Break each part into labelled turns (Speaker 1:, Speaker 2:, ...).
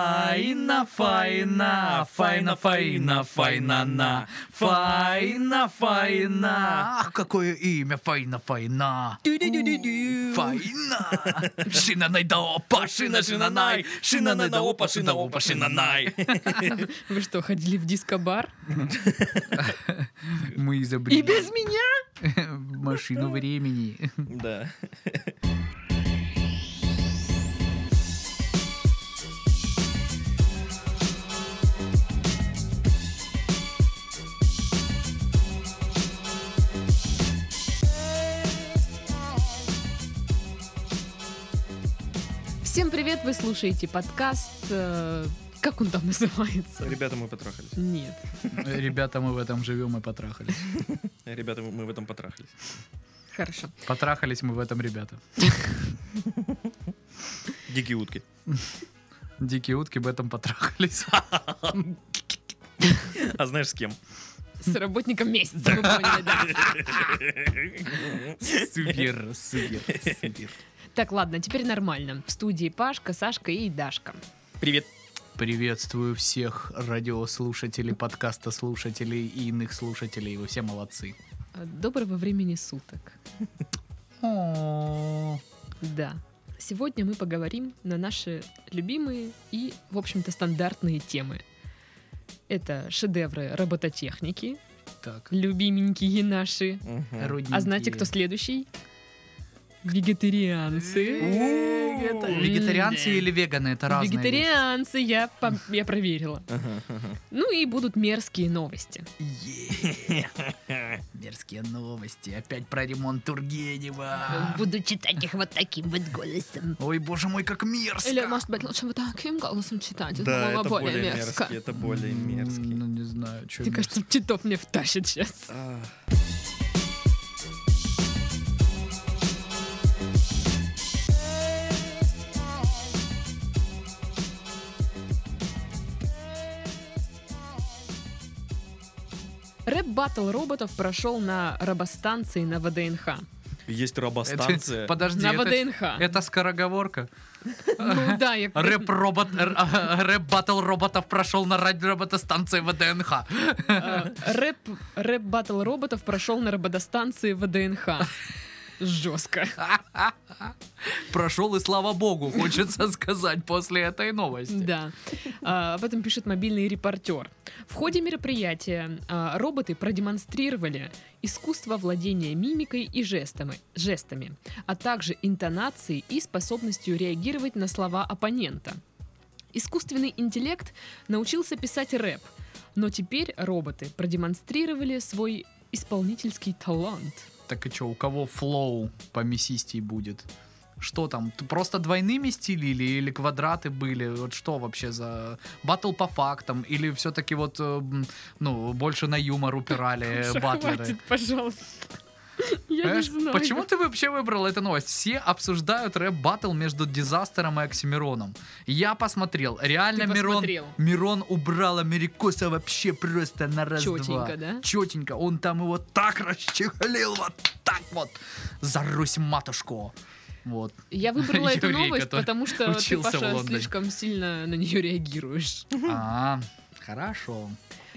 Speaker 1: Файна, файна, файна, файна, файна, на, файна, файна. Ах, какое имя, файна, файна. Файна. Шина найда опа, шина, шина най, шина найда опа, шина опа, шина най.
Speaker 2: Вы что, ходили в диско-бар?
Speaker 1: Мы изобрели
Speaker 2: И без меня?
Speaker 1: машину времени.
Speaker 3: Да.
Speaker 2: Всем привет, вы слушаете подкаст... э, Как он там называется?
Speaker 3: Ребята, мы потрахались.
Speaker 2: Нет.
Speaker 1: Ребята, мы в этом живем и потрахались.
Speaker 3: Ребята, мы в этом потрахались.
Speaker 2: Хорошо.
Speaker 1: Потрахались мы в этом, ребята.
Speaker 3: Дикие утки.
Speaker 1: Дикие утки в этом потрахались.
Speaker 3: А знаешь, с кем?
Speaker 2: С работником месяца, мы поняли, да.
Speaker 1: Супер, супер, супер.
Speaker 2: Так, ладно, теперь нормально. В студии Пашка, Сашка и Дашка.
Speaker 3: Привет.
Speaker 1: Приветствую всех радиослушателей, подкаста слушателей и иных слушателей. Вы все молодцы.
Speaker 2: Э, Доброго времени суток. Да. Сегодня мы поговорим на наши любимые и, в общем-то, стандартные темы. Это шедевры робототехники,
Speaker 1: Так.
Speaker 2: любименькие наши. А знаете, кто следующий? Вегетарианцы.
Speaker 1: Э, Вегетарианцы или веганы? Это разные.
Speaker 2: Вегетарианцы, я, пом- я проверила. Ну и будут мерзкие новости.
Speaker 1: вещи. Е. Мерзкие новости. Опять про ремонт Тургенева.
Speaker 2: Буду читать их вот таким вот голосом.
Speaker 1: Ой, боже мой, как
Speaker 2: Или, а
Speaker 1: мерзко.
Speaker 2: может быть, лучше вот таким голосом читать.
Speaker 3: Да,
Speaker 2: было
Speaker 3: это
Speaker 2: бы
Speaker 3: более мерзкий, это более
Speaker 1: М,
Speaker 3: мерзкий.
Speaker 1: Ну, не знаю, что
Speaker 2: Мне кажется, Титов мне втащит сейчас.
Speaker 3: А,
Speaker 2: Рэп-баттл роботов прошел на робостанции на ВДНХ.
Speaker 3: Есть робостанция.
Speaker 1: Подожди,
Speaker 2: на
Speaker 1: это-
Speaker 2: ВДНХ.
Speaker 1: это скороговорка.
Speaker 2: Ну да, я...
Speaker 1: Рэп-робот, р- а, рэп-баттл роботов прошел на радиороботостанции ВДНХ.
Speaker 2: э, Рэп... Рэп-баттл роботов прошел на рободостанции ВДНХ. Жестко.
Speaker 1: Прошел, и слава богу, хочется сказать после этой новости.
Speaker 2: Да. А, Об этом пишет мобильный репортер. В ходе мероприятия а, роботы продемонстрировали искусство владения мимикой и жестами, жестами, а также интонацией и способностью реагировать на слова оппонента. Искусственный интеллект научился писать рэп, но теперь роботы продемонстрировали свой исполнительский талант.
Speaker 1: Так и что, у кого флоу по мясистей будет? Что там, т- просто двойными стилили или квадраты были? Вот что вообще за батл по фактам? Или все-таки вот, э, м, ну, больше на юмор упирали
Speaker 2: Саша,
Speaker 1: Э, батлеры?
Speaker 2: Хватит, пожалуйста. Я не
Speaker 1: Понимаешь,
Speaker 2: знаю.
Speaker 1: Почему ты вообще выбрал эту новость? Все обсуждают рэп-баттл между Дизастером и Оксимироном. Я посмотрел. Реально
Speaker 2: Ты
Speaker 1: Мирон...
Speaker 2: посмотрел?
Speaker 1: Мирон убрал Америкоса вообще просто на раз-два.
Speaker 2: Чётенько, да?
Speaker 1: Чётенько. Он там его так расчехлил, вот так вот. За Русь матушку. Вот.
Speaker 2: Я выбрала эту
Speaker 1: Еврей,
Speaker 2: новость,
Speaker 1: который
Speaker 2: потому что ты,
Speaker 1: учился в
Speaker 2: Паша,
Speaker 1: Лондоне.
Speaker 2: слишком сильно на нее реагируешь.
Speaker 1: А, хорошо.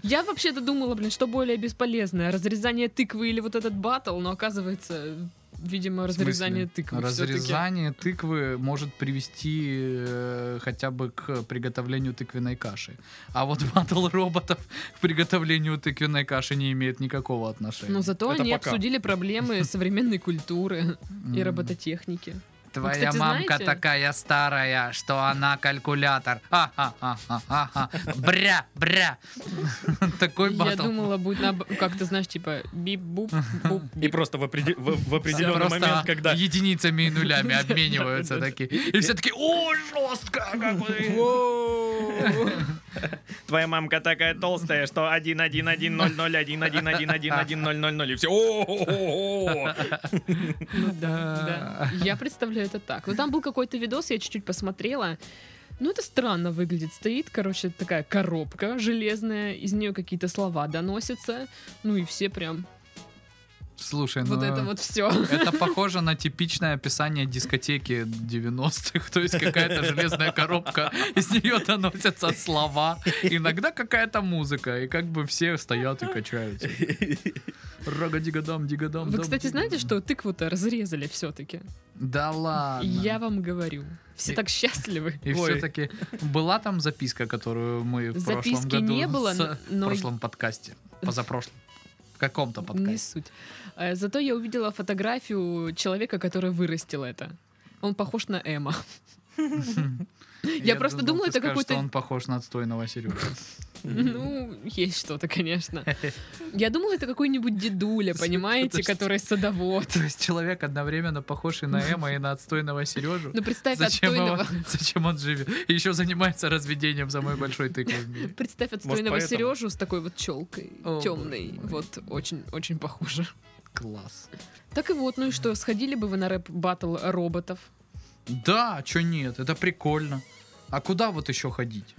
Speaker 2: Я вообще-то думала, блин, что более бесполезное, разрезание тыквы или вот этот батл, но оказывается, видимо,
Speaker 1: В смысле?
Speaker 2: разрезание тыквы всё-таки.
Speaker 1: Разрезание тыквы может привести э, хотя бы к приготовлению тыквенной каши. А вот батл роботов к приготовлению тыквенной каши не имеет никакого отношения.
Speaker 2: Но зато
Speaker 3: Это
Speaker 2: они
Speaker 3: пока.
Speaker 2: обсудили проблемы современной культуры и
Speaker 1: М.
Speaker 2: робототехники.
Speaker 1: Твоя
Speaker 2: кстати,
Speaker 1: мамка
Speaker 2: знаете-
Speaker 1: такая старая, что она калькулятор. А-ха-ха-ха-ха. Бря, бря. Такой
Speaker 2: Я
Speaker 1: батл.
Speaker 2: думала, будет наоб- как ты знаешь, типа бип-буп, буп
Speaker 3: И просто в опреде- в в определенный
Speaker 1: Просто
Speaker 3: момент, когда
Speaker 1: единицами и нулями обмениваются такие. И все такие, о, жестко!
Speaker 3: А
Speaker 1: как вы».
Speaker 3: твоя мамка такая толстая, что 1 1 1 0 0 1 1 1 1 1 0 0 0 и все.
Speaker 2: Ну да, да. Я представляю это так. Но там был какой-то видос, я чуть-чуть посмотрела. Ну, это странно выглядит. Стоит, короче, такая коробка железная, из нее какие-то слова доносятся. Ну и все прям
Speaker 1: Слушай, ну
Speaker 2: Вот это вот все.
Speaker 1: это похоже на типичное описание дискотеки 90-х. То есть какая-то железная коробка, из нее доносятся слова, иногда какая-то музыка, и как бы все стоят и качаются. Рога дигадам, дигадам.
Speaker 2: Вы, кстати, знаете, что тыкву-то разрезали все-таки?
Speaker 1: Да ладно.
Speaker 2: Я вам говорю. Все
Speaker 1: И-
Speaker 2: так счастливы.
Speaker 1: И
Speaker 3: Ой.
Speaker 1: все-таки была там записка, которую мы в прошлом
Speaker 2: Записки
Speaker 1: году...
Speaker 2: не было,
Speaker 1: с-
Speaker 2: но-
Speaker 1: В
Speaker 2: но
Speaker 1: прошлом подкасте. Позапрошлом. В каком-то
Speaker 2: не
Speaker 1: подкасте.
Speaker 2: суть. Э, Зато я увидела фотографию человека, который вырастил это. Он похож на Эма. Я просто
Speaker 1: думал,
Speaker 2: думала,
Speaker 1: ты
Speaker 2: это
Speaker 1: скажешь,
Speaker 2: какой-то-
Speaker 1: что он похож на отстойного Сережу.
Speaker 2: Ну, есть что-то, конечно. Я думала, это какой-нибудь дедуля, понимаете,
Speaker 1: Подожди.
Speaker 2: который садовод.
Speaker 1: То есть человек одновременно похож и на Эма, и на отстойного Сережу.
Speaker 2: Ну, представь
Speaker 1: Зачем, его-
Speaker 2: отстойного.
Speaker 1: зачем он живет? И еще занимается разведением самой большой тыквы в мире.
Speaker 2: Представь отстойного
Speaker 3: поэтому?
Speaker 2: Сережу с такой вот челкой
Speaker 1: О,
Speaker 2: темной.
Speaker 1: боже мой.
Speaker 2: Вот очень, очень похоже.
Speaker 1: Класс.
Speaker 2: Так и вот, ну и что, сходили бы вы на рэп баттл роботов?
Speaker 1: Да, что нет, это прикольно. А куда вот еще ходить?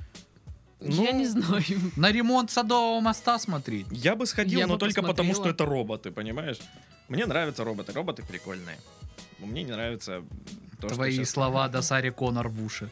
Speaker 2: Я
Speaker 3: Ну,
Speaker 2: не знаю.
Speaker 1: На ремонт садового моста смотреть?
Speaker 3: Я бы сходил,
Speaker 2: Я
Speaker 3: но
Speaker 2: бы
Speaker 3: только потому, что
Speaker 2: посмотрела.
Speaker 3: это роботы, понимаешь? Мне нравятся роботы, роботы прикольные. Но Мне не нравится то, что
Speaker 1: Твои
Speaker 3: щас-
Speaker 1: слова до Сари Конор в уши.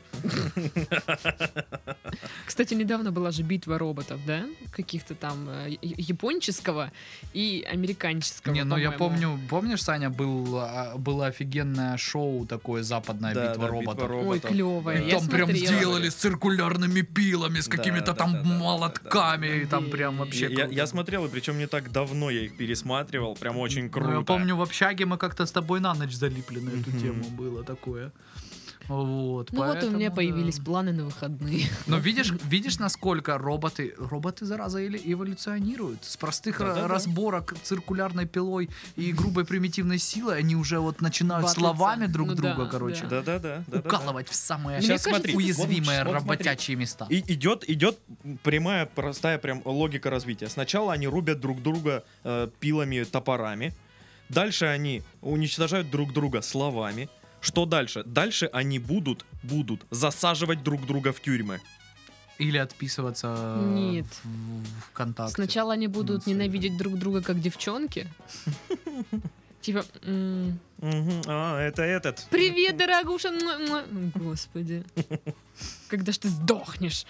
Speaker 2: Кстати, недавно была же битва роботов, да? Каких-то там э, я- японческого и американческого.
Speaker 1: Не, ну я
Speaker 2: по-моему.
Speaker 1: помню, помнишь, Саня, был, а, было офигенное шоу такое западное
Speaker 3: Да,
Speaker 1: битва
Speaker 3: да,
Speaker 1: роботов.
Speaker 3: «Битва
Speaker 2: Ой,
Speaker 3: роботов».
Speaker 2: клёвая,
Speaker 3: Да.
Speaker 2: я
Speaker 1: Там прям
Speaker 2: смотрела.
Speaker 1: сделали с циркулярными пилами, с
Speaker 3: Да,
Speaker 1: какими-то
Speaker 3: да,
Speaker 1: там
Speaker 3: да, да, да,
Speaker 1: молотками, и там прям вообще
Speaker 3: Я, я-
Speaker 1: круто.
Speaker 3: я смотрел, и причем не так давно я их пересматривал, прям очень
Speaker 1: Ну,
Speaker 3: круто.
Speaker 1: я помню, в общаге мы как-то с тобой на ночь залипли на эту
Speaker 3: Мгм.
Speaker 1: тему, было такое. Вот,
Speaker 2: Ну вот у меня
Speaker 1: поэтому,
Speaker 2: появились
Speaker 1: да.
Speaker 2: планы на выходные.
Speaker 1: Но видишь, видишь, насколько роботы, роботы зараза или эволюционируют. С простых ра-
Speaker 3: Да-да-да.
Speaker 1: разборок циркулярной пилой и грубой примитивной силой они уже вот начинают
Speaker 2: Батлятся.
Speaker 1: словами друг
Speaker 2: Ну
Speaker 1: друга,
Speaker 2: да,
Speaker 1: короче,
Speaker 2: да.
Speaker 3: Да-да-да. да-да-да.
Speaker 1: укалывать в самые
Speaker 2: Мне
Speaker 3: Сейчас
Speaker 2: кажется,
Speaker 3: смотри, вот-
Speaker 1: уязвимые
Speaker 3: вот смотри.
Speaker 1: работячие места.
Speaker 3: И идет, идет прямая, простая прям логика развития. Сначала они рубят друг друга э, пилами, топорами. Дальше они уничтожают друг друга словами. Что дальше? Дальше они будут, будут засаживать друг друга в тюрьмы.
Speaker 1: Или отписываться
Speaker 2: Нет.
Speaker 1: в А в ВКонтакте.
Speaker 2: Сначала они будут
Speaker 1: Ну,
Speaker 2: ненавидеть друг друга как девчонки. Типа, м,
Speaker 3: Мгм. А, это этот.
Speaker 2: привет, дорогуша. муа, муа». Господи. Когда ж ты сдохнешь?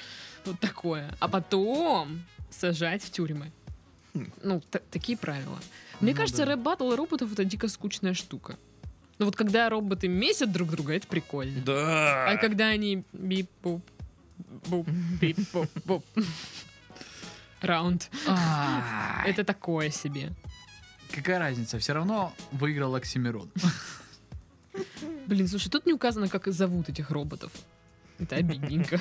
Speaker 2: Вот такое. А потом сажать в тюрьмы. Ну, та- такие правила. Мне
Speaker 1: Хм. Ну
Speaker 2: кажется,
Speaker 1: да.
Speaker 2: рэп-баттл роботов это дико скучная штука. Ну вот когда роботы месят друг друга, это прикольно.
Speaker 3: Да.
Speaker 2: А когда они бип-буп, буп, бип-буп, буп. Раунд.
Speaker 1: Ай,
Speaker 2: Это такое себе.
Speaker 1: Какая разница? Все равно выиграл Оксимирон.
Speaker 2: Блин, слушай, тут не указано, как зовут этих роботов. Это обидненько.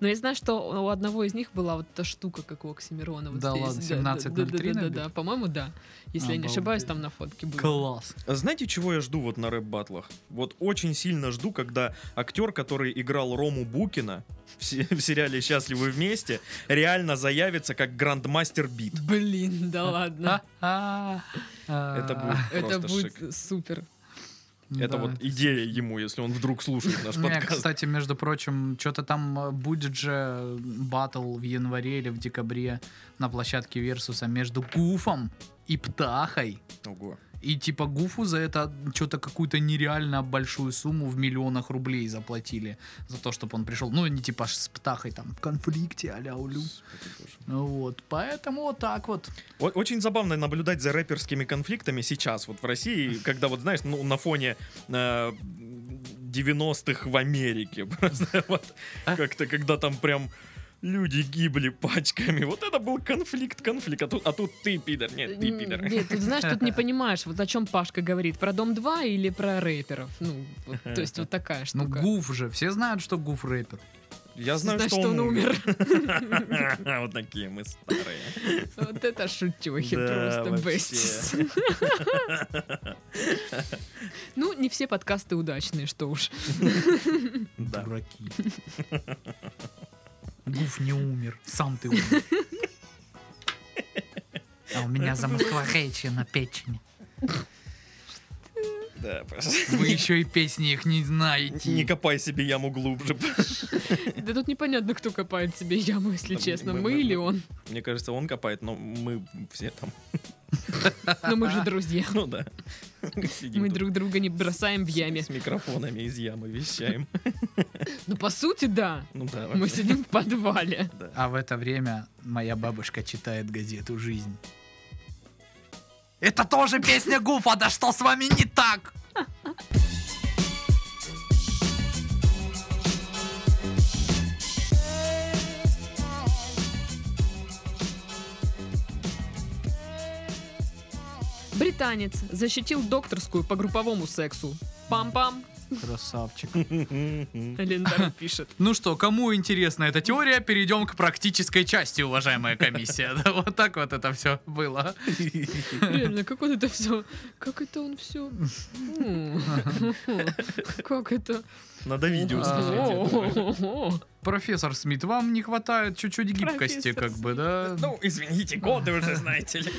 Speaker 2: Но я знаю, что у одного из них была вот та штука, как у Оксимирона. вот
Speaker 1: Да
Speaker 2: здесь.
Speaker 1: ладно,
Speaker 2: да, да,
Speaker 1: 17.03
Speaker 2: да, да,
Speaker 1: набит?
Speaker 2: да. По-моему, да. Если я не
Speaker 1: Обалдеть.
Speaker 2: ошибаюсь, там на фотке было.
Speaker 1: Класс.
Speaker 3: Знаете, чего я жду вот на рэп-батлах? Вот очень сильно жду, когда актер, который играл Рому Букина в, се- в сериале «Счастливы вместе», реально заявится как грандмастер бит.
Speaker 2: Блин, да ладно.
Speaker 3: А? Это
Speaker 1: А, Это
Speaker 3: будет
Speaker 2: Это
Speaker 3: просто шик.
Speaker 2: будет супер.
Speaker 3: Это вот идея ему, если он вдруг слушает наш
Speaker 1: Не,
Speaker 3: подкаст.
Speaker 1: кстати, между прочим, что-то там э, будет же батл в январе или в декабре на площадке Версуса между Гуфом и Птахой.
Speaker 3: Ого.
Speaker 1: И типа Гуфу за это что-то какую-то нереально большую сумму в миллионах рублей заплатили за то, чтобы он пришел. Ну, не типа ж с Птахой там в конфликте а-ля улю.
Speaker 3: Господи боже.
Speaker 1: Ну Вот, поэтому вот так вот.
Speaker 3: О- Очень забавно наблюдать за рэперскими конфликтами сейчас, вот в России, когда вот, знаешь, ну, на фоне э, 90-х в Америке. Просто вот как-то, когда там прям люди гибли пачками. Вот это был конфликт, конфликт. А тут, а тут ты, пидор. Нет, ты,
Speaker 2: М,
Speaker 3: пидор.
Speaker 2: Нет, тут знаешь, тут не понимаешь, вот о чем Пашка говорит, про Дом 2 или про рэперов. Ну, вот, то есть вот такая
Speaker 1: Ну,
Speaker 2: штука.
Speaker 1: Гуф же, все знают, что Гуф рэпер.
Speaker 3: Я знаю,
Speaker 2: Знаешь,
Speaker 3: что, он умер.
Speaker 2: умер.
Speaker 3: Вот такие мы старые.
Speaker 2: Вот это шутехи
Speaker 3: Да,
Speaker 2: просто
Speaker 3: вообще.
Speaker 2: бестис. Ну, не все подкасты удачные, что уж.
Speaker 3: Да.
Speaker 1: Дураки. Гуф не умер, сам ты умер. А у меня замоскворечие на печени.
Speaker 3: Да, просто.
Speaker 1: Вы еще и песни их не знаете.
Speaker 3: Не копай себе яму глубже.
Speaker 2: Да тут непонятно, кто копает себе яму, если
Speaker 3: Там
Speaker 2: честно,
Speaker 3: мы-
Speaker 2: мы
Speaker 3: мы-
Speaker 2: или
Speaker 3: мы-
Speaker 2: он.
Speaker 3: Мне кажется, он копает, но мы все там.
Speaker 2: Но мы же друзья.
Speaker 3: Ну да. Сидим
Speaker 2: Мы
Speaker 3: тут
Speaker 2: друг друга не бросаем в яме.
Speaker 3: С микрофонами из ямы вещаем.
Speaker 2: Ну, по сути, да.
Speaker 3: Ну да.
Speaker 2: Мы
Speaker 3: вообще,
Speaker 2: сидим в подвале.
Speaker 3: да.
Speaker 1: А в это время моя бабушка читает газету «Жизнь». Это тоже песня Гуфа, да что с вами не так?
Speaker 2: Британец защитил докторскую по групповому сексу. Пам-пам.
Speaker 1: Красавчик.
Speaker 2: Линдар пишет.
Speaker 1: Ну что, кому интересна эта теория, перейдем к практической части, уважаемая комиссия. Да, Вот так вот это все было.
Speaker 2: Реально, как он это все... Как это он все... Как это...
Speaker 3: Надо
Speaker 1: А,
Speaker 3: видео смотреть.
Speaker 2: О-о-о.
Speaker 1: Профессор Смит, вам не хватает чуть-чуть гибкости,
Speaker 2: Профессор
Speaker 1: как бы, да?
Speaker 3: Ну, извините, годы уже, знаете ли.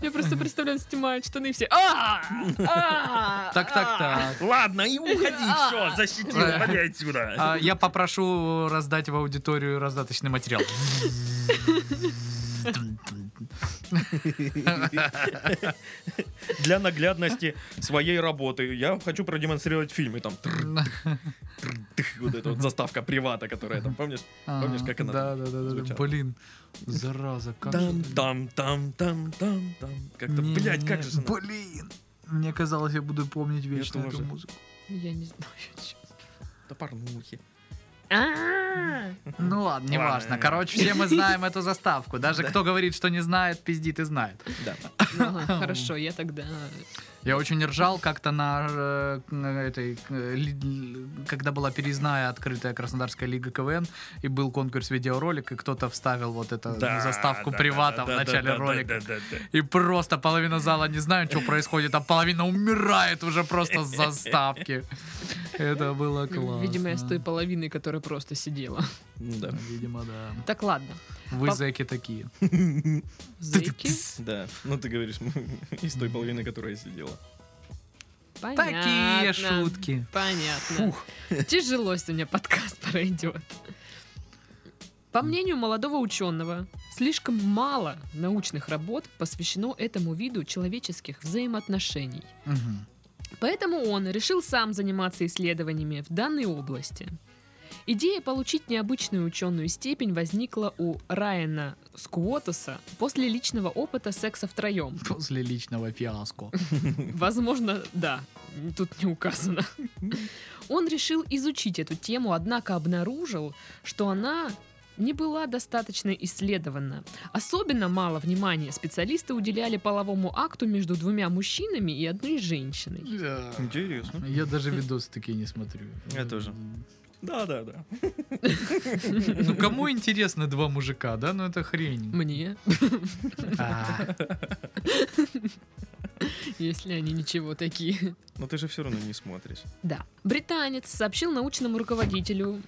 Speaker 2: Я просто представляю, он снимает штаны и все... «А! А!
Speaker 1: Так, так, так.
Speaker 3: Ладно, и уходи, все, защитил, поди отсюда.
Speaker 1: А, я попрошу раздать в аудиторию раздаточный материал.
Speaker 3: Для наглядности своей работы я хочу продемонстрировать фильмы там. тррр, тых, Вот эта вот заставка привата, которая там, помнишь? Помнишь, как она
Speaker 1: Да, да,
Speaker 3: там
Speaker 1: да, да, да.
Speaker 3: звучала?
Speaker 1: Блин, зараза, как
Speaker 3: Там,
Speaker 1: же-
Speaker 3: там, там, там, там, там. Как-то,
Speaker 1: Не,
Speaker 3: блядь,
Speaker 1: не,
Speaker 3: как же она?
Speaker 1: Блин. Мне казалось, я буду помнить вечно эту
Speaker 3: тоже.
Speaker 1: музыку.
Speaker 2: Я не знаю, чё.
Speaker 3: Да порнухи.
Speaker 2: А!
Speaker 1: Ну ладно, не
Speaker 3: Ладно.
Speaker 1: важно. Короче, все мы знаем эту заставку. Даже кто говорит, что не знает, пиздит и знает.
Speaker 3: Да.
Speaker 2: Ну, ага, Хорошо, я тогда...
Speaker 1: Я очень ржал как-то на э, к- на этой, к- э, ли- когда была переизная открытая Краснодарская лига КВН, и был конкурс видеоролик, и кто-то вставил вот эту
Speaker 3: Да,
Speaker 1: э, заставку
Speaker 3: да,
Speaker 1: привата
Speaker 3: да,
Speaker 1: в
Speaker 3: да,
Speaker 1: начале
Speaker 3: да, да,
Speaker 1: ролика.
Speaker 3: да, да, да.
Speaker 1: И просто половина зала не знает, что происходит, а половина умирает уже просто с заставки. Это было классно.
Speaker 2: Видимо, я с той половиной, которая просто сидела.
Speaker 3: Да.
Speaker 1: Видимо, да.
Speaker 2: Так, ладно.
Speaker 1: Вы
Speaker 2: Пап-
Speaker 1: зэки такие.
Speaker 2: Зайки.
Speaker 3: Да. Ну ты говоришь, из той половины, которая сидела.
Speaker 2: Понятно.
Speaker 1: Такие шутки.
Speaker 2: Понятно. Тяжело сегодня подкаст пройдет. По мнению молодого ученого, слишком мало научных работ посвящено этому виду человеческих взаимоотношений.
Speaker 1: Мгм.
Speaker 2: Поэтому он решил сам заниматься исследованиями в данной области. Идея получить необычную ученую степень возникла у Райана Скуотаса после личного опыта секса втроем.
Speaker 1: После личного фиаско.
Speaker 2: Возможно, да. Тут не указано. Он решил изучить эту тему, однако обнаружил, что она не была достаточно исследована. Особенно мало внимания специалисты уделяли половому акту между двумя мужчинами и одной женщиной.
Speaker 1: Да.
Speaker 3: Интересно.
Speaker 1: Я даже видосы такие не смотрю.
Speaker 3: Я тоже. Да, да, да.
Speaker 1: Ну, кому интересны два мужика, да? Ну, это хрень.
Speaker 2: Мне,
Speaker 1: А,
Speaker 2: если они ничего такие.
Speaker 3: Но ты же все равно не смотришь.
Speaker 2: Да. Британец сообщил научному руководителю.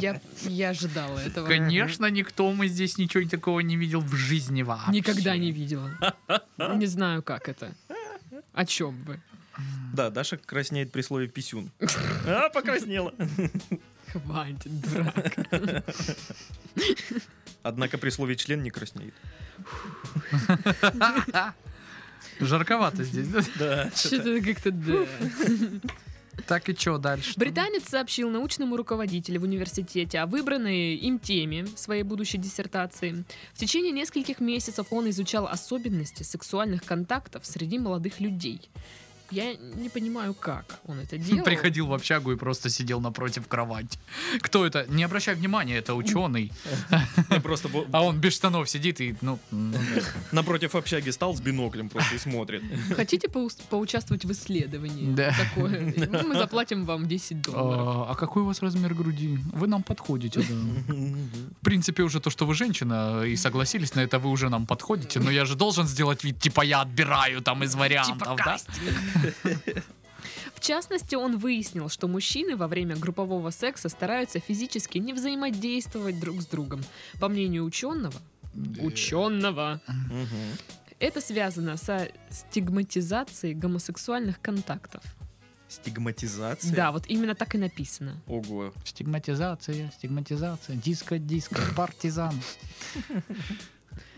Speaker 2: Я, я ожидала этого.
Speaker 1: Конечно, никто мы здесь ничего такого не видел в жизни вообще.
Speaker 2: Никогда не видела. Не знаю, как это. О чем вы?
Speaker 3: Да, Даша краснеет при слове писюн. А, покраснела.
Speaker 2: Хватит, дурак.
Speaker 3: Однако при слове член не краснеет.
Speaker 1: Жарковато здесь. да?
Speaker 3: Да.
Speaker 2: Что-то как-то да.
Speaker 1: Так и что дальше?
Speaker 2: Британец сообщил научному руководителю в университете о выбранной им теме своей будущей диссертации. В течение нескольких месяцев он изучал особенности сексуальных контактов среди молодых людей. Я не понимаю, как он это делал.
Speaker 1: Приходил в общагу и просто сидел напротив кровати. Кто это? Не обращай внимания, это ученый.
Speaker 3: Я просто бо-
Speaker 1: А он без штанов сидит и, ну... ну,
Speaker 3: напротив общаги стал с биноклем просто и смотрит.
Speaker 2: Хотите поус- поучаствовать в исследовании?
Speaker 1: Да.
Speaker 2: Такое. Ну, Мы заплатим вам 10 долларов.
Speaker 1: А а какой у вас размер груди? Вы нам подходите. да. В принципе, уже то, что вы женщина, и согласились на это, вы уже нам подходите. Но я же должен сделать вид, типа я отбираю там из вариантов, да?
Speaker 2: В частности, он выяснил, что мужчины во время группового секса стараются физически не взаимодействовать друг с другом. По мнению ученого, ученого,
Speaker 3: Мгм.
Speaker 2: Это связано со стигматизацией гомосексуальных контактов.
Speaker 3: Стигматизация?
Speaker 2: Да, вот именно так и написано.
Speaker 3: Ого.
Speaker 1: Стигматизация, стигматизация, диско, диско, партизан.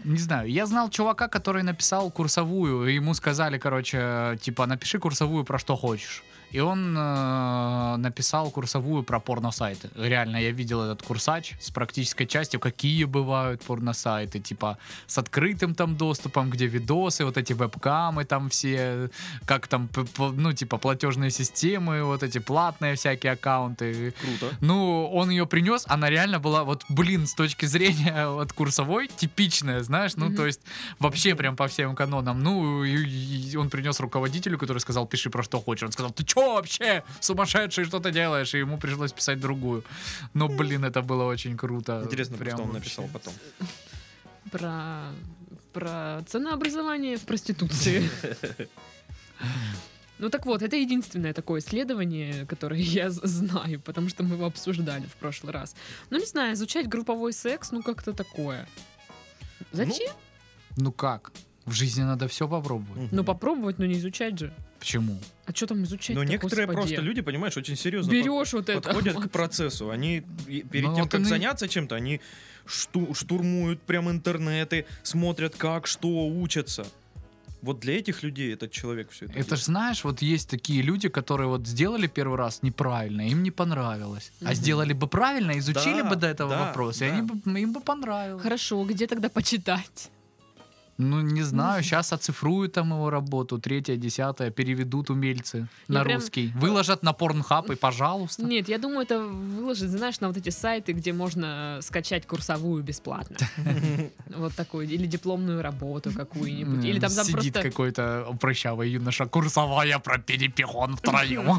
Speaker 1: Не знаю, я знал чувака, который написал курсовую, и ему сказали, короче, типа, напиши курсовую про что хочешь. И он э, написал курсовую про порносайты. Реально, я видел этот курсач с практической частью, какие бывают порносайты, типа с открытым там доступом, где видосы, вот эти вебкамы там все, как там, п- п- ну, типа платежные системы, вот эти платные всякие аккаунты.
Speaker 3: Круто.
Speaker 1: Ну, он ее принес, она реально была, вот, блин, с точки зрения вот курсовой, типичная, знаешь, ну,
Speaker 2: Мгм.
Speaker 1: то есть вообще прям по всем канонам. Ну, и, и он принес руководителю, который сказал, пиши про что хочешь. Он сказал, ты чё вообще, сумасшедший, что ты делаешь? И ему пришлось писать другую. Но, блин, это было очень круто.
Speaker 3: Интересно,
Speaker 1: Э, Прям
Speaker 3: что он
Speaker 1: вообще.
Speaker 3: написал потом.
Speaker 2: Про, про ценообразование в проституции. Ну так вот, это единственное такое исследование, которое я з- знаю, потому что мы его обсуждали в прошлый раз. Ну не знаю, изучать групповой секс, ну как-то такое. Зачем?
Speaker 1: Ну как? В жизни надо все попробовать.
Speaker 3: Мгм.
Speaker 2: Ну, попробовать, но не изучать же.
Speaker 1: Почему?
Speaker 2: А что там изучать?
Speaker 3: Но Ну, некоторые просто люди, понимаешь, очень серьезно под-
Speaker 2: Берешь вот это.
Speaker 3: подходят к процессу. Они и- перед
Speaker 1: Ну,
Speaker 3: тем,
Speaker 1: вот
Speaker 3: как
Speaker 1: они-
Speaker 3: заняться чем-то, они шту- штурмуют прям интернеты, смотрят, как, что, учатся. Вот для этих людей этот человек все это.
Speaker 1: Это ж знаешь, вот есть такие люди, которые вот сделали первый раз неправильно, им не понравилось. А
Speaker 2: Мгм.
Speaker 1: сделали бы правильно, изучили
Speaker 3: Да,
Speaker 1: бы до этого
Speaker 3: да,
Speaker 1: вопрос, и
Speaker 3: да.
Speaker 1: они бы, им бы понравилось.
Speaker 2: Хорошо, где тогда почитать?
Speaker 1: Ну, не знаю, сейчас оцифруют там его работу, третья, десятая, переведут умельцы
Speaker 2: Я
Speaker 1: на
Speaker 2: прям-
Speaker 1: русский. Выложат на порнхаб и пожалуйста.
Speaker 2: Нет, я думаю, это выложить, знаешь, на вот эти сайты, где можно скачать курсовую бесплатно. Вот такую, или дипломную работу какую-нибудь. Или там там
Speaker 1: Сидит
Speaker 2: просто...
Speaker 1: какой-то прыщавый юноша, курсовая про перепихон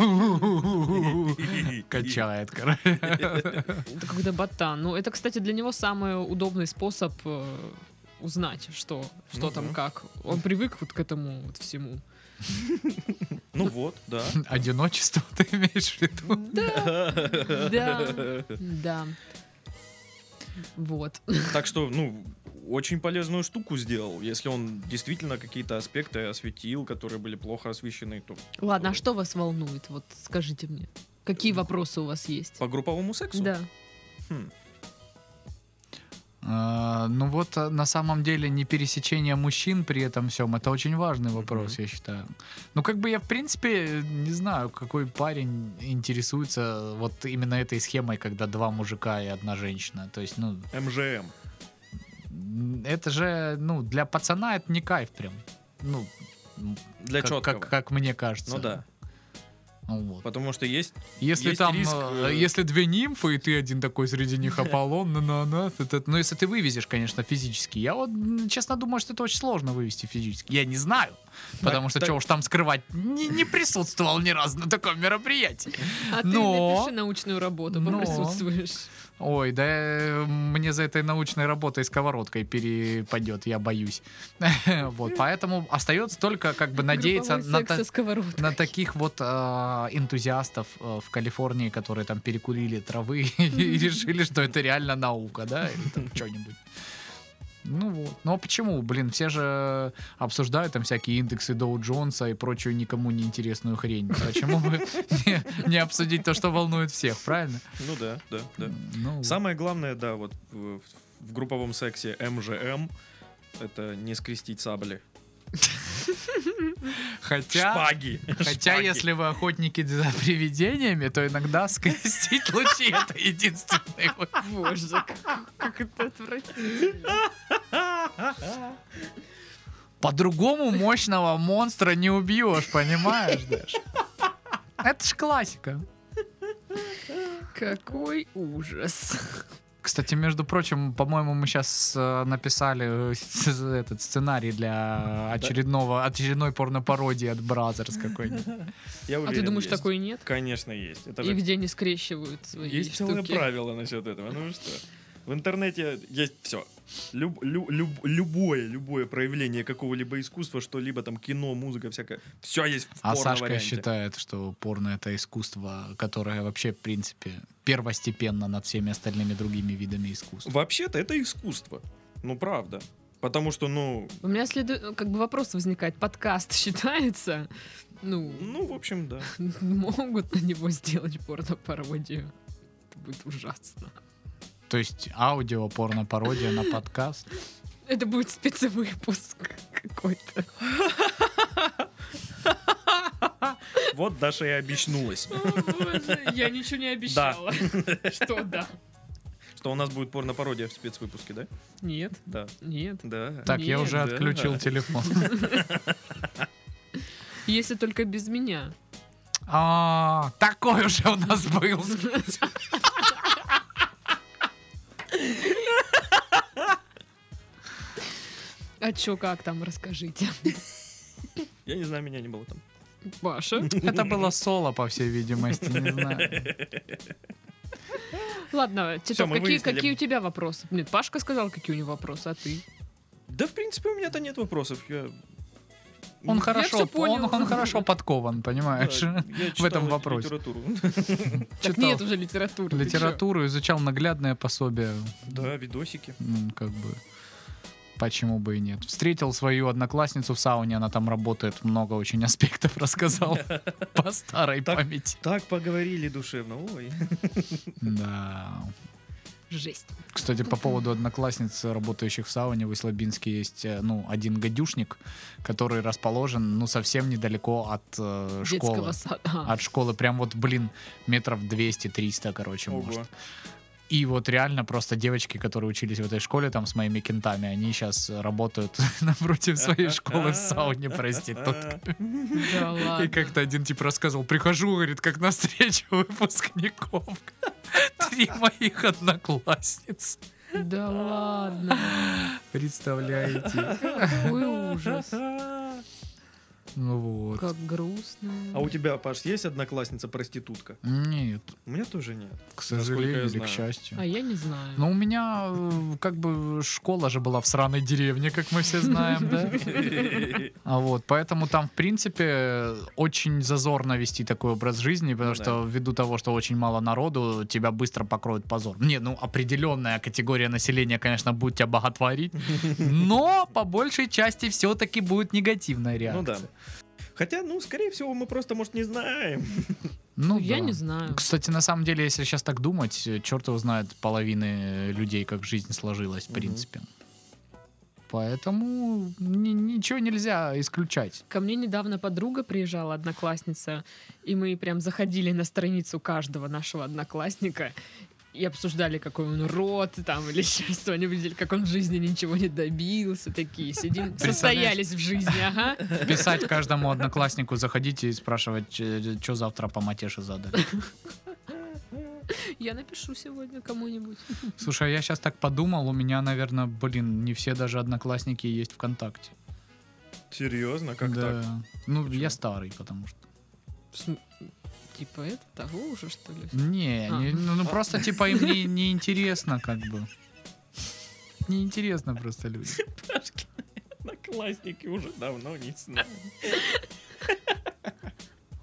Speaker 1: втроем. Качает, короче.
Speaker 2: Это Когда ботан. Ну, это, кстати, для него самый удобный способ э, узнать, что,
Speaker 1: Ну
Speaker 2: что там
Speaker 3: Мгм.
Speaker 2: как. Он привык вот к этому вот всему.
Speaker 3: Ну вот, да.
Speaker 1: Одиночество ты имеешь в виду?
Speaker 2: Да, Да. да. Вот.
Speaker 3: Так что, ну, очень полезную штуку сделал. Если он действительно какие-то аспекты осветил, которые были плохо освещены, то
Speaker 2: Ладно, а что вас волнует? Вот скажите мне. Какие вопросы у вас есть?
Speaker 3: по групповому сексу.
Speaker 2: Да.
Speaker 3: Хм.
Speaker 1: А, Ну вот а, на самом деле не пересечение мужчин при этом всем это очень важный вопрос,
Speaker 3: Мгм.
Speaker 1: я считаю. Ну как бы я в принципе э, не знаю, какой парень интересуется вот именно этой схемой, когда два мужика и одна женщина. То есть, ну
Speaker 3: МЖМ.
Speaker 1: м, это же ну для пацана это не кайф прям. Ну м,
Speaker 3: Для
Speaker 1: как,
Speaker 3: четкого.
Speaker 1: как, как мне кажется.
Speaker 3: Ну да.
Speaker 1: Ну вот.
Speaker 3: Потому что есть
Speaker 1: Если
Speaker 3: Есть
Speaker 1: там,
Speaker 3: риск,
Speaker 1: э,
Speaker 3: э,
Speaker 1: если две нимфы, и ты один такой среди них Аполлон, на на на ну если ты вывезешь, конечно, физически. Я вот, м, честно, думаю, что это очень сложно вывести физически. Я не знаю, потому что
Speaker 3: так-
Speaker 1: чего уж там скрывать, не, не присутствовал ни разу на таком мероприятии.
Speaker 2: А ты
Speaker 1: Но-
Speaker 2: напиши научную работу,
Speaker 1: Но-
Speaker 2: поприсутствуешь.
Speaker 1: Ой, да э, мне за этой научной работой сковородкой перепадет, я боюсь. Вот, поэтому остается только как бы надеяться
Speaker 2: Групповой
Speaker 1: на...
Speaker 2: секс
Speaker 1: та-
Speaker 2: со сковородкой.
Speaker 1: на таких вот а, энтузиастов а, в Калифорнии, которые там перекурили травы и решили, что это реально наука, да, или там что-нибудь. Ну вот. Ну а почему? Блин, все же обсуждают там всякие индексы Доу Джонса и прочую никому неинтересную хрень. Почему бы не, не обсудить то, что волнует всех, правильно?
Speaker 3: Ну да, да, да.
Speaker 1: Ну,
Speaker 3: Самое главное, да, вот в, в групповом сексе МЖМ это не скрестить сабли.
Speaker 1: хотя,
Speaker 3: Шпаги.
Speaker 1: хотя
Speaker 3: Шпаги.
Speaker 1: если вы охотники за привидениями, то иногда скрестить лучи это единственный выход.
Speaker 2: Боже, как, как это отвратительно.
Speaker 1: По-другому мощного монстра не убьешь, понимаешь, Даша? Это ж классика.
Speaker 2: Какой ужас.
Speaker 1: Кстати, между прочим, по-моему, мы сейчас написали э, с- с- этот сценарий для очередного очередной порнопародии от Бразерс какой-нибудь.
Speaker 3: Я
Speaker 2: А
Speaker 3: уверен,
Speaker 2: ты думаешь,
Speaker 3: есть.
Speaker 2: такой нет?
Speaker 3: Конечно, есть. Это
Speaker 2: И
Speaker 3: же
Speaker 2: где они скрещивают свои
Speaker 3: есть целое
Speaker 2: штуки?
Speaker 3: правило насчет этого. Ну и что? В интернете есть все. любое, любое проявление какого-либо искусства, что-либо там кино, музыка, всякое. Все есть в
Speaker 1: А Сашка
Speaker 3: порно-варианте.
Speaker 1: считает, что порно это искусство, которое вообще, в принципе, первостепенно над всеми остальными другими видами искусства.
Speaker 3: Вообще-то это искусство. Ну правда. Потому что, ну,
Speaker 2: У меня следует, как бы вопрос возникает, подкаст считается? Ну,
Speaker 3: ну, в общем, да.
Speaker 2: могут на него сделать порно-пародию. Это будет ужасно.
Speaker 1: То есть аудио порно-пародия на подкаст.
Speaker 2: Это будет спецвыпуск какой-то.
Speaker 3: Вот Даша и обещнулась,
Speaker 2: О, боже, я ничего не обещала. Что да?
Speaker 3: что у нас будет порно-пародия в спецвыпуске, да?
Speaker 2: Нет,
Speaker 3: Да.
Speaker 2: нет.
Speaker 3: Да.
Speaker 1: Так, я
Speaker 2: Нет,
Speaker 1: уже
Speaker 3: да.
Speaker 1: отключил телефон.
Speaker 2: Если только без меня.
Speaker 1: А, Такой уже у нас был.
Speaker 2: А чё, как там, расскажите.
Speaker 3: Я не знаю, меня не было там.
Speaker 2: Паша.
Speaker 1: Это было соло, по всей видимости, не знаю.
Speaker 2: Ладно,
Speaker 3: Всё,
Speaker 2: Титов,
Speaker 3: мы
Speaker 2: какие,
Speaker 3: выяснили.
Speaker 2: какие у тебя вопросы? Нет, Пашка сказал, какие у него вопросы, а ты?
Speaker 3: Да, в принципе, у меня-то нет вопросов. Я...
Speaker 1: Он
Speaker 3: Ну,
Speaker 1: хорошо,
Speaker 2: всё понял.
Speaker 1: он, он хорошо подкован,
Speaker 3: да,
Speaker 1: понимаешь?
Speaker 3: я
Speaker 1: в этом
Speaker 3: читал
Speaker 1: вопросе.
Speaker 3: Литературу.
Speaker 2: Так
Speaker 1: Читал
Speaker 2: нет уже литературы. ты чё?
Speaker 1: литературу, изучал наглядное пособие.
Speaker 3: Да, видосики.
Speaker 1: Ну, как бы. Почему бы и нет? Встретил свою одноклассницу в сауне, она там работает, много очень аспектов рассказал по старой
Speaker 3: Так.
Speaker 1: памяти.
Speaker 3: Так поговорили душевно. Ой.
Speaker 1: Да.
Speaker 2: Жесть.
Speaker 1: Кстати, по поводу одноклассниц, работающих в сауне, в Ислабинске есть, э, ну, один гадюшник, который расположен, ну, совсем недалеко от э,
Speaker 2: Детского
Speaker 1: школы.
Speaker 2: сада. А,
Speaker 1: От школы прям вот, блин, метров 200-300, короче, может.
Speaker 3: Ого.
Speaker 1: И вот реально просто девочки, которые учились в этой школе там с моими кентами, они сейчас работают напротив своей школы в сауне проститутка.
Speaker 2: Да
Speaker 1: И
Speaker 2: ладно.
Speaker 1: как-то один тип рассказывал, прихожу, говорит, как на встречу выпускников. Три моих одноклассниц.
Speaker 2: Да ладно.
Speaker 1: Представляете?
Speaker 2: Какой ужас.
Speaker 1: Ну вот.
Speaker 2: Как грустно.
Speaker 3: А у тебя, Паш, есть одноклассница проститутка?
Speaker 1: Нет,
Speaker 3: У меня тоже нет.
Speaker 1: к
Speaker 3: я
Speaker 1: сожалению или к
Speaker 3: знаю.
Speaker 1: счастью.
Speaker 2: А я не знаю.
Speaker 1: Ну, у меня э, как бы школа же была в сраной деревне, как мы все знаем,
Speaker 3: Ну
Speaker 1: да? А вот, поэтому там, в принципе, очень зазорно вести такой образ жизни, потому
Speaker 3: Ну да.
Speaker 1: что ввиду того, что очень мало народу, тебя быстро покроют позор. Не, ну, определенная категория населения, конечно, будет тебя боготворить, но по большей части все-таки будет негативная
Speaker 3: Ну да.
Speaker 1: реакция.
Speaker 3: Хотя, ну, скорее всего, мы просто, может, не знаем.
Speaker 1: Ну
Speaker 2: я
Speaker 1: да.
Speaker 2: не знаю.
Speaker 1: Кстати, на самом деле, если сейчас так думать, э, черт его знает половины э, людей, как жизнь сложилась, в
Speaker 3: Мгм.
Speaker 1: принципе. Поэтому ни- ничего нельзя исключать.
Speaker 2: Ко мне недавно подруга приезжала, одноклассница, и мы прям заходили на страницу каждого нашего одноклассника и обсуждали, какой он рот там или еще что-нибудь, или как он в жизни ничего не добился, такие сидим, состоялись в жизни, ага.
Speaker 1: Писать каждому однокласснику, заходите и спрашивать, что завтра по матеше задали.
Speaker 2: Я напишу сегодня кому-нибудь.
Speaker 1: Слушай, а я сейчас так подумал, у меня, наверное, блин, не все даже одноклассники есть ВКонтакте.
Speaker 3: Серьезно, как
Speaker 1: Да.
Speaker 3: так?
Speaker 1: Ну,
Speaker 3: Почему?
Speaker 1: я старый, потому что.
Speaker 2: В см- Типа это того уже, что ли?
Speaker 1: Не,
Speaker 2: А.
Speaker 1: не- ну, ну, просто типа им не, не интересно, как бы. Неинтересно просто люди.
Speaker 3: Одноклассники уже давно не знают.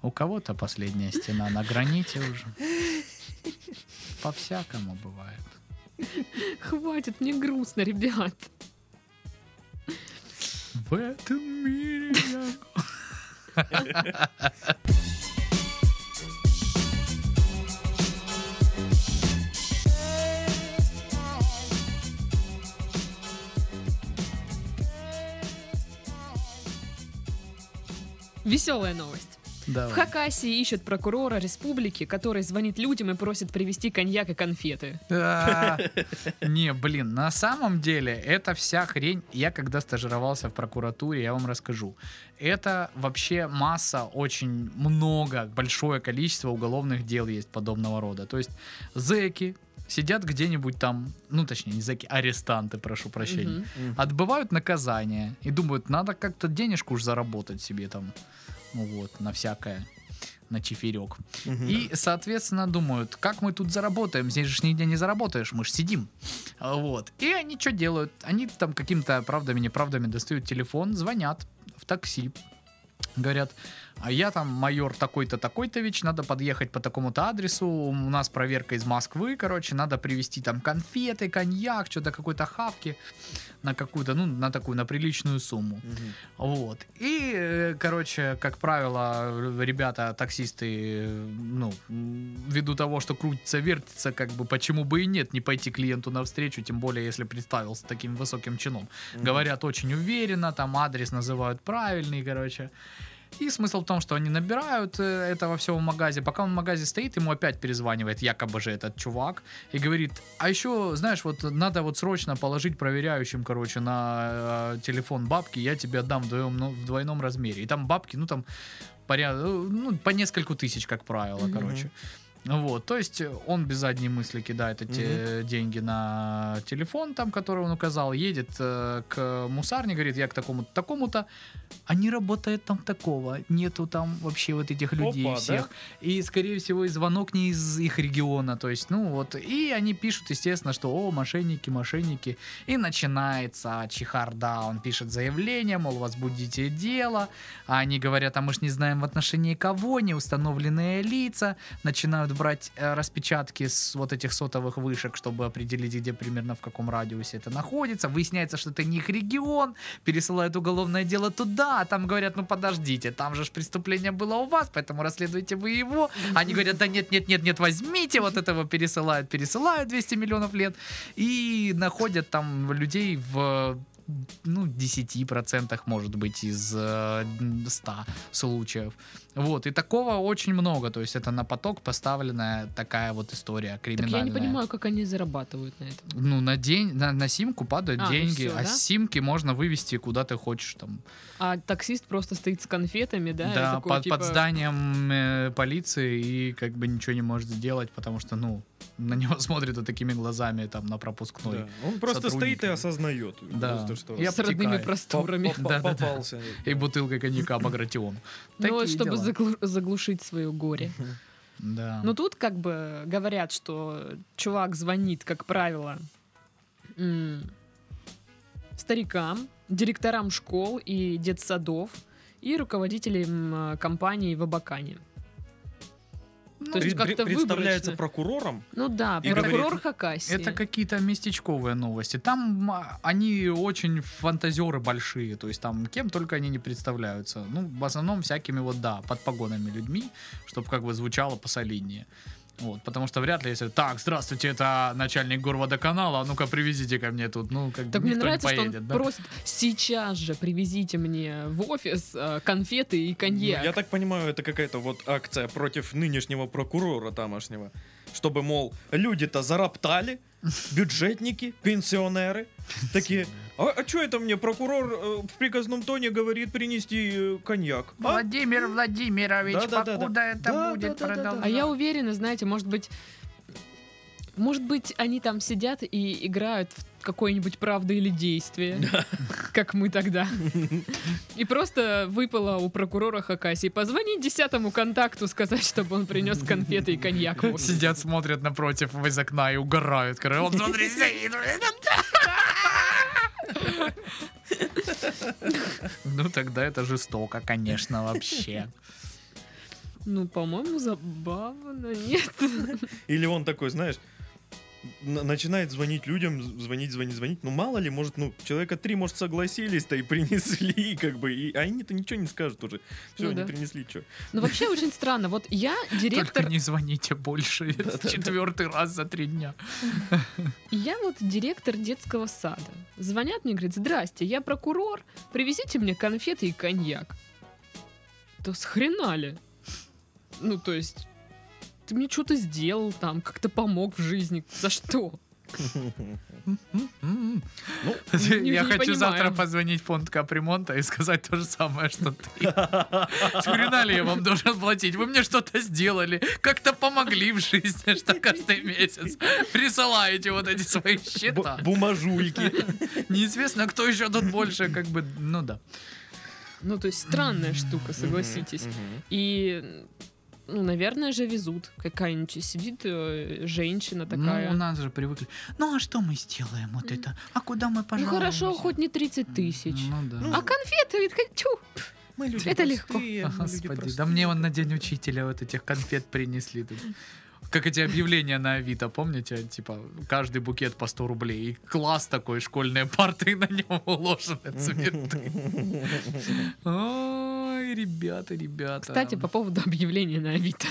Speaker 1: У кого-то последняя стена на граните уже. По-всякому бывает.
Speaker 2: Хватит, мне грустно, ребят.
Speaker 1: В этом мире я
Speaker 2: Веселая новость. В
Speaker 1: Давай.
Speaker 2: Хакасии ищут прокурора республики, который звонит людям и просит привезти коньяк и конфеты.
Speaker 1: А, Не, блин, на самом деле это вся хрень. Я когда стажировался в прокуратуре, я вам расскажу. Это вообще масса, очень много, большое количество уголовных дел есть подобного рода. То есть зэки сидят где-нибудь там, ну точнее не зэки, арестанты, прошу прощения.
Speaker 2: Мгм.
Speaker 1: Отбывают наказание и думают, надо как-то денежку уж заработать себе там, ну вот, на всякое, на чиферек. И, соответственно, думают, как мы тут заработаем? Здесь же ж нигде не заработаешь, мы же сидим. А, Вот. И они что делают? Они там каким-то правдами-неправдами достают телефон, звонят в такси. Говорят, А я там майор такой-то, такой-то Вич, надо подъехать по такому-то адресу, у нас проверка из Москвы, короче, надо привезти там конфеты, коньяк, что-то какой-то хавки на какую-то, ну, на такую, на приличную сумму.
Speaker 3: Мгм.
Speaker 1: Вот. И, э, короче, как правило, ребята, таксисты, э, ну, м, ввиду того, что крутится, вертится, как бы, почему бы и нет, не пойти клиенту навстречу, тем более, если представился таким высоким чином.
Speaker 3: Мгм.
Speaker 1: Говорят очень уверенно, там адрес называют правильный, короче. И смысл в том, что они набирают э, этого всего в магазе. Пока он в магазе стоит, ему опять перезванивает якобы же этот чувак и говорит, а еще, знаешь, вот надо вот срочно положить проверяющим, короче, на э, телефон бабки, я тебе отдам вдвоем, ну, в двойном размере. И там бабки, ну, там поря- ну, по нескольку тысяч, как правило,
Speaker 2: Мгм.
Speaker 1: короче. Вот, то есть э, он без задней мысли кидает эти э, деньги на телефон, там, который он указал, едет э, к мусарне, говорит, я к такому-то, такому-то, а не работает там такого, нету там вообще вот этих людей
Speaker 3: Опа, да?
Speaker 1: всех. И, скорее всего, и звонок не из их региона, то есть, ну вот, и они пишут, естественно, что, о, мошенники, мошенники, и начинается чехарда, он пишет заявление, мол, возбудите дело, а они говорят, а мы ж не знаем в отношении кого, не установленные лица, начинают брать э, распечатки с вот этих сотовых вышек, чтобы определить, где примерно в каком радиусе это находится. Выясняется, что это не их регион, пересылают уголовное дело туда, а там говорят, ну подождите, там же ж преступление было у вас, поэтому расследуйте вы его. Они говорят, да нет, нет, нет, нет, возьмите, вот этого пересылают, пересылают 200 миллионов лет и находят там людей в ну, 10% может быть из э, 100 случаев. Вот, и такого очень много, то есть это на поток поставленная такая вот история
Speaker 2: Так
Speaker 1: криминальная.
Speaker 2: я не понимаю, как они зарабатывают на этом.
Speaker 1: Ну, на день, на, на симку падают
Speaker 2: А, ну
Speaker 1: деньги,
Speaker 2: всё,
Speaker 1: а
Speaker 2: да?
Speaker 1: с симки можно вывести куда ты хочешь там.
Speaker 2: А таксист просто стоит с конфетами, да? и такой,
Speaker 1: под,
Speaker 2: типа,
Speaker 1: под зданием э, полиции и как бы ничего не может сделать, потому что, ну, на него смотрят вот такими глазами там на пропускной.
Speaker 3: Да. Ну, Он просто
Speaker 1: сотрудники.
Speaker 3: стоит и осознает.
Speaker 1: Да.
Speaker 3: Просто, что
Speaker 1: Я
Speaker 2: С родными
Speaker 1: обтекаю.
Speaker 2: просторами.
Speaker 3: поп- поп-
Speaker 1: Да-да-да.
Speaker 3: попался.
Speaker 1: И бутылка коньяка Багратион.
Speaker 2: Ну, вот
Speaker 1: Такие
Speaker 2: чтобы
Speaker 1: дела.
Speaker 2: заглу- заглушить свое горе.
Speaker 1: Да.
Speaker 2: Но тут как бы говорят, что чувак звонит, как правило, м, старикам, директорам школ и детсадов и руководителям э, компаний в Абакане.
Speaker 1: Ну,
Speaker 2: То есть
Speaker 3: Пред-
Speaker 2: как-то
Speaker 3: Представляется
Speaker 2: выборочно.
Speaker 3: прокурором.
Speaker 2: Ну да,
Speaker 3: И
Speaker 2: прокурор
Speaker 3: говорит,
Speaker 2: Хакасии.
Speaker 1: Это какие-то местечковые новости. Там а, они очень фантазеры большие, то есть там кем только они не представляются. Ну, в основном всякими вот, да, под погонами людьми, чтобы как бы звучало посолиднее. Вот, потому что вряд ли, если так, здравствуйте, это начальник горводоканала, а ну-ка привезите ко мне тут, ну, как бы
Speaker 2: Так
Speaker 1: никто
Speaker 2: мне нравится,
Speaker 1: не поедет,
Speaker 2: что он
Speaker 1: да?
Speaker 2: просит сейчас же привезите мне в офис э, конфеты и коньяк.
Speaker 3: Ну, Я так понимаю, это какая-то вот акция против нынешнего прокурора тамошнего. Чтобы, мол, люди-то зароптали, бюджетники, пенсионеры. Такие, а, а чё это мне прокурор э, в приказном тоне говорит принести э, коньяк? А?
Speaker 1: Владимир Владимирович,
Speaker 3: Да-да-да-да.
Speaker 1: покуда это
Speaker 3: Да,
Speaker 1: будет
Speaker 3: да-да-да-да.
Speaker 1: продолжаться?
Speaker 2: А я уверена, знаете, может быть, может быть, они там сидят и играют в какое-нибудь правда или действие, как мы тогда. И просто выпало у прокурора Хакасии позвонить десятому контакту, сказать, чтобы он принес конфеты и коньяк. в офис».
Speaker 1: Сидят, смотрят напротив из окна и угорают. Короче, он смотри, сидит. Ну, тогда это жестоко, конечно, вообще.
Speaker 2: Ну, по-моему, забавно, нет?
Speaker 3: Или он такой, знаешь, на- начинает звонить людям, з- звонить, звонить, звонить. Ну, мало ли, может, ну, человека три, может, согласились-то и принесли, как бы. И, а они-то ничего не скажут уже. Все,
Speaker 2: Ну
Speaker 3: они
Speaker 2: да.
Speaker 3: принесли, что.
Speaker 2: Ну, вообще очень странно. Вот я
Speaker 1: Только
Speaker 2: директор...
Speaker 1: не звоните больше. Это четвертый раз за три дня.
Speaker 2: Я вот директор детского сада. Звонят мне, говорят, здрасте, я прокурор, привезите мне конфеты и коньяк. Да с хрена ли? Ну, то есть, ты мне что-то сделал там, как-то помог в жизни. За что?
Speaker 1: М-м.
Speaker 3: Ну,
Speaker 2: не
Speaker 1: Я хочу
Speaker 2: понимаю.
Speaker 1: завтра позвонить в фонд капремонта и сказать то же самое, что ты. С хрена ли я вам должен платить? Вы мне что-то сделали, как-то помогли в жизни, что каждый месяц присылаете вот эти свои счета.
Speaker 3: бу- бумажульки.
Speaker 1: Неизвестно, кто еще тут больше, как бы, ну да.
Speaker 2: Ну, то есть, странная штука, согласитесь. И, ну, наверное же везут. Какая-нибудь сидит э, женщина такая.
Speaker 1: Ну, у нас же привыкли. Ну, а что мы сделаем вот это? А куда мы
Speaker 2: ну
Speaker 1: пожалуем?
Speaker 2: хорошо, хоть не 30 тысяч.
Speaker 1: Ну, да.
Speaker 3: Ну,
Speaker 2: А конфеты ведь хочу.
Speaker 3: Мы люди
Speaker 2: Это легко.
Speaker 3: простые, мы люди
Speaker 1: Господи, да
Speaker 3: простые.
Speaker 1: мне он на день учителя вот этих конфет принесли. тут. Как эти объявления на Авито, помните? Типа, каждый букет по 100 рублей. И класс такой, школьные парты, и на нем уложены цветы. Ой, ребята, ребята.
Speaker 2: Кстати, по поводу объявления на Авито.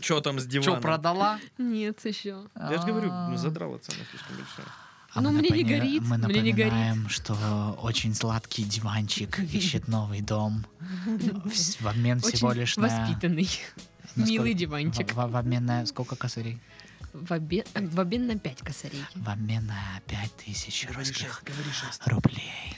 Speaker 3: Че там с диваном?
Speaker 1: Че, продала?
Speaker 2: Нет, еще.
Speaker 3: Я же говорю, ну, задрала цена слишком большая.
Speaker 2: А Ну, мы мне не напомина- горит, мы
Speaker 1: Мы
Speaker 2: мне не горит.
Speaker 1: напоминаем, что очень сладкий диванчик ищет новый дом. В обмен всего
Speaker 2: Очень
Speaker 1: лишь на...
Speaker 2: воспитанный. Милый диванчик.
Speaker 1: В, обмен на сколько косарей?
Speaker 2: В обе- в обмен на 5 косарей.
Speaker 1: В обмен на 5000 русских
Speaker 3: говори шесть.
Speaker 1: рублей.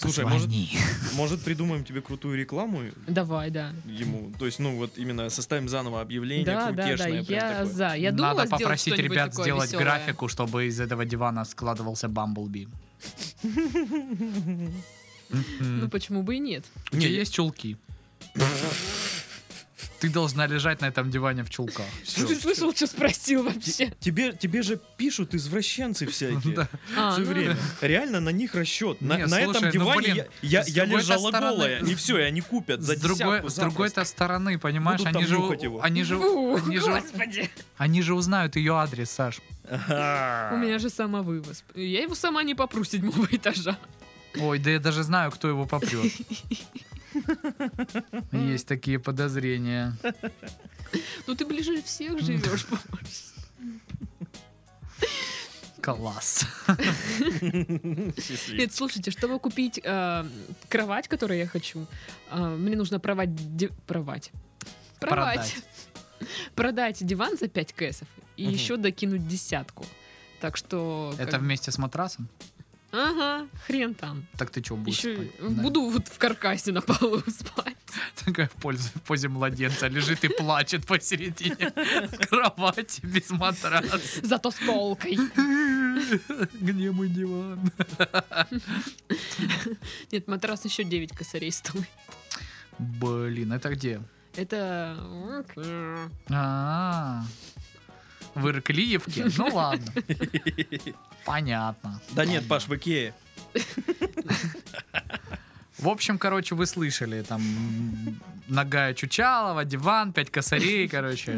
Speaker 3: Слушай, может,
Speaker 1: Звони.
Speaker 3: может придумаем тебе крутую рекламу
Speaker 2: Давай, да.
Speaker 3: ему? То есть, ну вот именно составим заново объявление
Speaker 2: Да, да, да,
Speaker 3: крутешное. прям
Speaker 2: я
Speaker 3: такое.
Speaker 2: за. Я думала
Speaker 1: Надо
Speaker 2: сделать
Speaker 1: попросить
Speaker 2: что-нибудь
Speaker 1: ребят
Speaker 2: такое
Speaker 1: сделать
Speaker 2: весёлое.
Speaker 1: графику, чтобы из этого дивана складывался Бамблби.
Speaker 2: Ну
Speaker 1: М-м.
Speaker 2: почему бы и нет?
Speaker 1: У тебя есть чулки? Ты должна лежать на этом диване в чулках.
Speaker 3: Всё.
Speaker 2: Ты слышал, что спросил вообще?
Speaker 3: Тебе, тебе же пишут извращенцы всякие.
Speaker 1: Да.
Speaker 2: А,
Speaker 3: Все
Speaker 2: ну
Speaker 3: время. Реально на них расчет. На,
Speaker 1: Не,
Speaker 3: на этом
Speaker 1: слушай, ну,
Speaker 3: диване
Speaker 1: блин,
Speaker 3: я, я,
Speaker 1: с
Speaker 3: я
Speaker 1: другой-то
Speaker 3: лежала
Speaker 1: стороны-
Speaker 3: голая, и все, и они купят за
Speaker 1: С другой,
Speaker 3: десятку
Speaker 1: с другой-то стороны, понимаешь,
Speaker 3: Будут
Speaker 1: они
Speaker 3: там
Speaker 1: же,
Speaker 3: нюхать его.
Speaker 1: они же,
Speaker 2: Фу,
Speaker 1: они же,
Speaker 2: господи.
Speaker 1: они же узнают ее адрес, Саш.
Speaker 3: запросто.
Speaker 2: У меня же самовывоз. Я его сама не попру седьмого этажа.
Speaker 1: Ой, да я даже знаю, кто его попьет. Есть такие подозрения.
Speaker 2: Ну ты ближе всех живешь.
Speaker 1: Класс.
Speaker 3: Счастливо.
Speaker 2: Нет, слушайте, чтобы купить э, кровать, которую я хочу, э, мне нужно провать... ди- провать. Провать.
Speaker 1: Продать.
Speaker 2: Продать диван за 5 кэсов и
Speaker 3: Мгм.
Speaker 2: еще докинуть десятку. Так что... как-
Speaker 1: Это вместе с матрасом?
Speaker 2: Ага, хрен там.
Speaker 1: Так ты что будешь?
Speaker 2: Еще
Speaker 1: спать? Да.
Speaker 2: буду вот в каркасе на полу спать.
Speaker 1: Такая в, пользе- в позе младенца лежит и плачет посередине кровати без матраса.
Speaker 2: Зато с полкой.
Speaker 1: Где мой диван?
Speaker 2: Нет, матрас еще 9 косарей стоит.
Speaker 1: Блин, это где?
Speaker 2: Это...
Speaker 1: А, в Ирклиевке? Ну ладно. Понятно.
Speaker 3: Да нет, Паш, в Икее.
Speaker 1: В общем, короче, вы слышали, там, м, ногая Чучалова, диван, пять косарей, короче.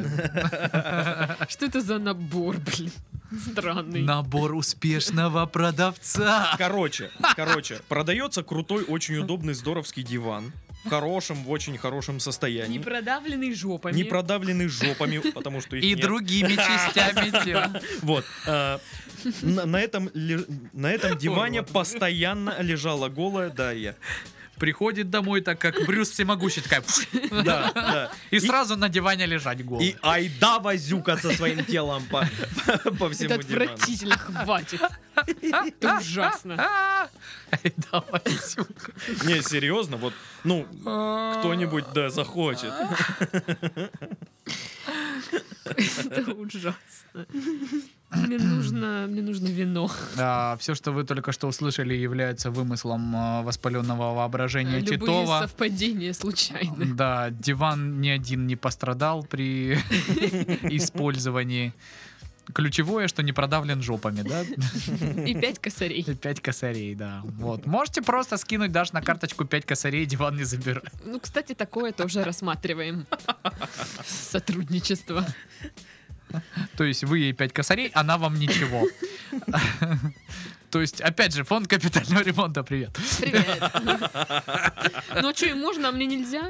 Speaker 2: Что это за набор, блин?
Speaker 3: Ну
Speaker 2: Странный.
Speaker 1: Набор успешного продавца.
Speaker 3: Короче, короче, продается крутой, очень удобный, здоровский диван. В хорошем, в очень хорошем состоянии.
Speaker 2: Не продавленный жопами.
Speaker 3: Не продавленный жопами, потому что их
Speaker 1: И
Speaker 3: нет.
Speaker 1: другими частями тела.
Speaker 3: Вот. э, на, на этом, ле- на этом диване
Speaker 1: Урод.
Speaker 3: постоянно лежала голая Дарья.
Speaker 1: Приходит домой, так как Брюс всемогущий, такая, пш,
Speaker 3: Да, да.
Speaker 1: и сразу на диване лежать голый.
Speaker 3: И айда возюка со своим телом по, по- по
Speaker 2: Это
Speaker 3: всему дивану.
Speaker 2: отвратительно, хватит. Это ужасно.
Speaker 1: А, эй, давай, Зюка.
Speaker 3: Не, серьезно, вот, ну,
Speaker 1: а,
Speaker 3: кто-нибудь, да, захочет.
Speaker 2: А. Это ужасно. Мне нужно, мне нужно вино.
Speaker 1: все, А, что вы только что услышали, является вымыслом а, воспаленного воображения
Speaker 2: Любые
Speaker 1: Титова.
Speaker 2: совпадения случайны.
Speaker 1: Да, диван ни один не пострадал при использовании. Ключевое, что не продавлен жопами, да?
Speaker 2: И пять косарей.
Speaker 1: Пять косарей, да. Вот. Можете просто скинуть даже на карточку 5 косарей, диван не забирать.
Speaker 2: Ну, кстати, такое тоже рассматриваем. Сотрудничество.
Speaker 1: То есть вы ей 5 косарей, она вам ничего. То есть, опять же, фонд капитального ремонта, привет.
Speaker 2: Привет. Ну, что, им можно, а мне нельзя?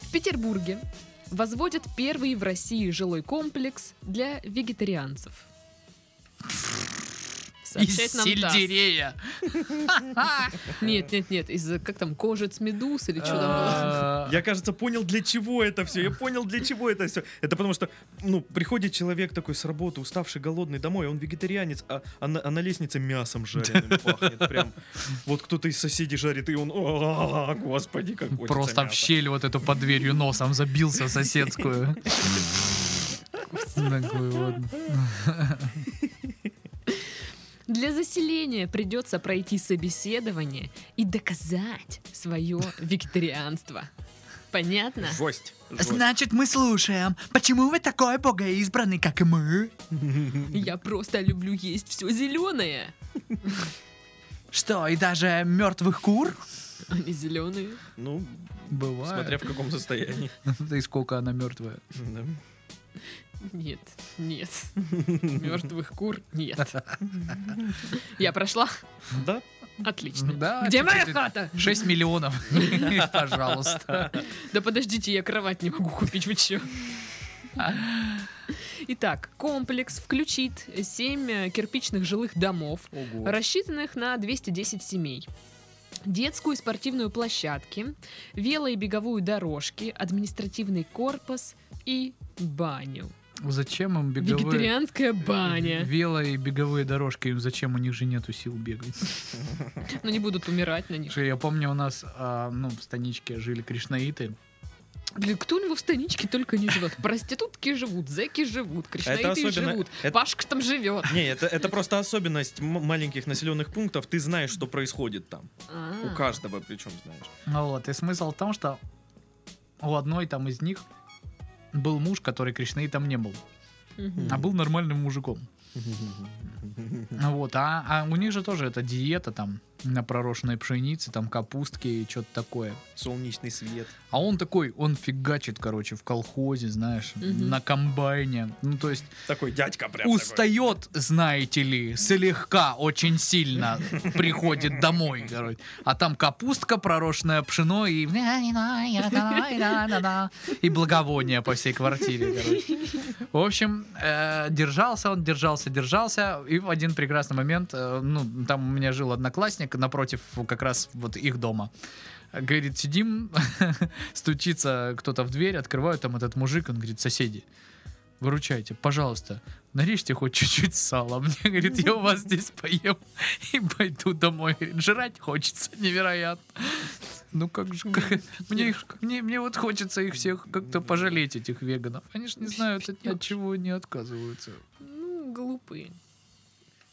Speaker 2: В Петербурге возводят первый в России жилой комплекс для вегетарианцев.
Speaker 1: Из
Speaker 2: Сообщает нам ТАСС.
Speaker 1: сельдерея.
Speaker 2: Нет, нет, нет, из как там кожец медуз или что там было?
Speaker 1: Э,
Speaker 3: Я, кажется, понял, для чего это все. Я понял, для чего это все. Это потому что, ну, приходит человек такой с работы, уставший, голодный домой, а он вегетарианец, а, а на, а на лестнице мясом жареным пахнет. Прям вот кто-то из соседей жарит, и он, «А, господи, как хочется
Speaker 1: Просто в
Speaker 3: мяса».
Speaker 1: щель вот эту под дверью носом забился соседскую. Такой вот.
Speaker 2: Для заселения придется пройти собеседование и доказать свое вегетарианство. Понятно?
Speaker 3: Жесть. жесть.
Speaker 1: Значит, мы слушаем. Почему вы такой богоизбранный, как и мы?
Speaker 2: Я просто люблю есть все зеленое.
Speaker 1: Что, и даже мертвых кур?
Speaker 2: Они зеленые.
Speaker 3: Ну, смотря
Speaker 1: Бывает.
Speaker 3: в каком состоянии.
Speaker 1: Да и сколько она мертвая.
Speaker 3: Да.
Speaker 2: Нет, нет. Мертвых кур нет. Я прошла?
Speaker 3: Да.
Speaker 2: Отлично.
Speaker 1: Да,
Speaker 2: Где моя
Speaker 1: чуть-чуть.
Speaker 2: хата?
Speaker 1: 6 миллионов. Пожалуйста.
Speaker 2: Да подождите, я кровать не могу купить, вы чё? Итак, комплекс включит 7 кирпичных жилых домов,
Speaker 1: Ого.
Speaker 2: рассчитанных на 210 семей. Детскую и спортивную площадки, вело- и беговую дорожки, административный корпус и баню.
Speaker 1: Зачем им беговые...
Speaker 2: Вегетарианская баня.
Speaker 1: Вело и беговые дорожки, им зачем? У них же нету сил бегать.
Speaker 2: Но не будут умирать на них.
Speaker 1: Слушай, Я помню, у нас а, ну, в станичке жили кришнаиты.
Speaker 2: Блин, кто у него в станичке только не живет? Проститутки живут, зэки живут, кришнаиты
Speaker 3: особенно-
Speaker 2: живут,
Speaker 3: это-
Speaker 2: Пашка там живет.
Speaker 3: Не, это, это просто особенность м- маленьких населенных пунктов. Ты знаешь, что происходит там.
Speaker 2: А,
Speaker 3: У каждого причем знаешь.
Speaker 1: Ну вот, и смысл в том, что у одной там из них был муж, который кришнаитом не был,
Speaker 2: Мгм.
Speaker 1: а был нормальным мужиком. Ну Вот, а, а у них же тоже эта диета там на пророщенной пшенице, там капустки и что-то такое.
Speaker 3: Солнечный свет.
Speaker 1: А он такой, он фигачит, короче, в колхозе, знаешь,
Speaker 2: Мгм.
Speaker 1: на комбайне. Ну, то есть
Speaker 3: Такой дядька прям. такой.
Speaker 1: устает, знаете ли, слегка, очень сильно приходит домой, короче. А там капустка, пророщенное пшено и... И благовония по всей квартире, короче. В общем, э, держался он, держался, держался. И в один прекрасный момент, э, ну, там у меня жил одноклассник напротив как раз вот их дома. Говорит, сидим, стучится кто-то в дверь, открывают там этот мужик, он говорит, соседи, выручайте, пожалуйста, нарежьте хоть чуть-чуть сала. Мне, говорит, я у вас здесь поем и пойду домой. Говорит, жрать хочется невероятно. Ну как же, как- мне, их, мне, мне вот хочется их всех как-то пожалеть, этих веганов. Они же не знают, от, от чего они отказываются.
Speaker 2: Ну, глупые.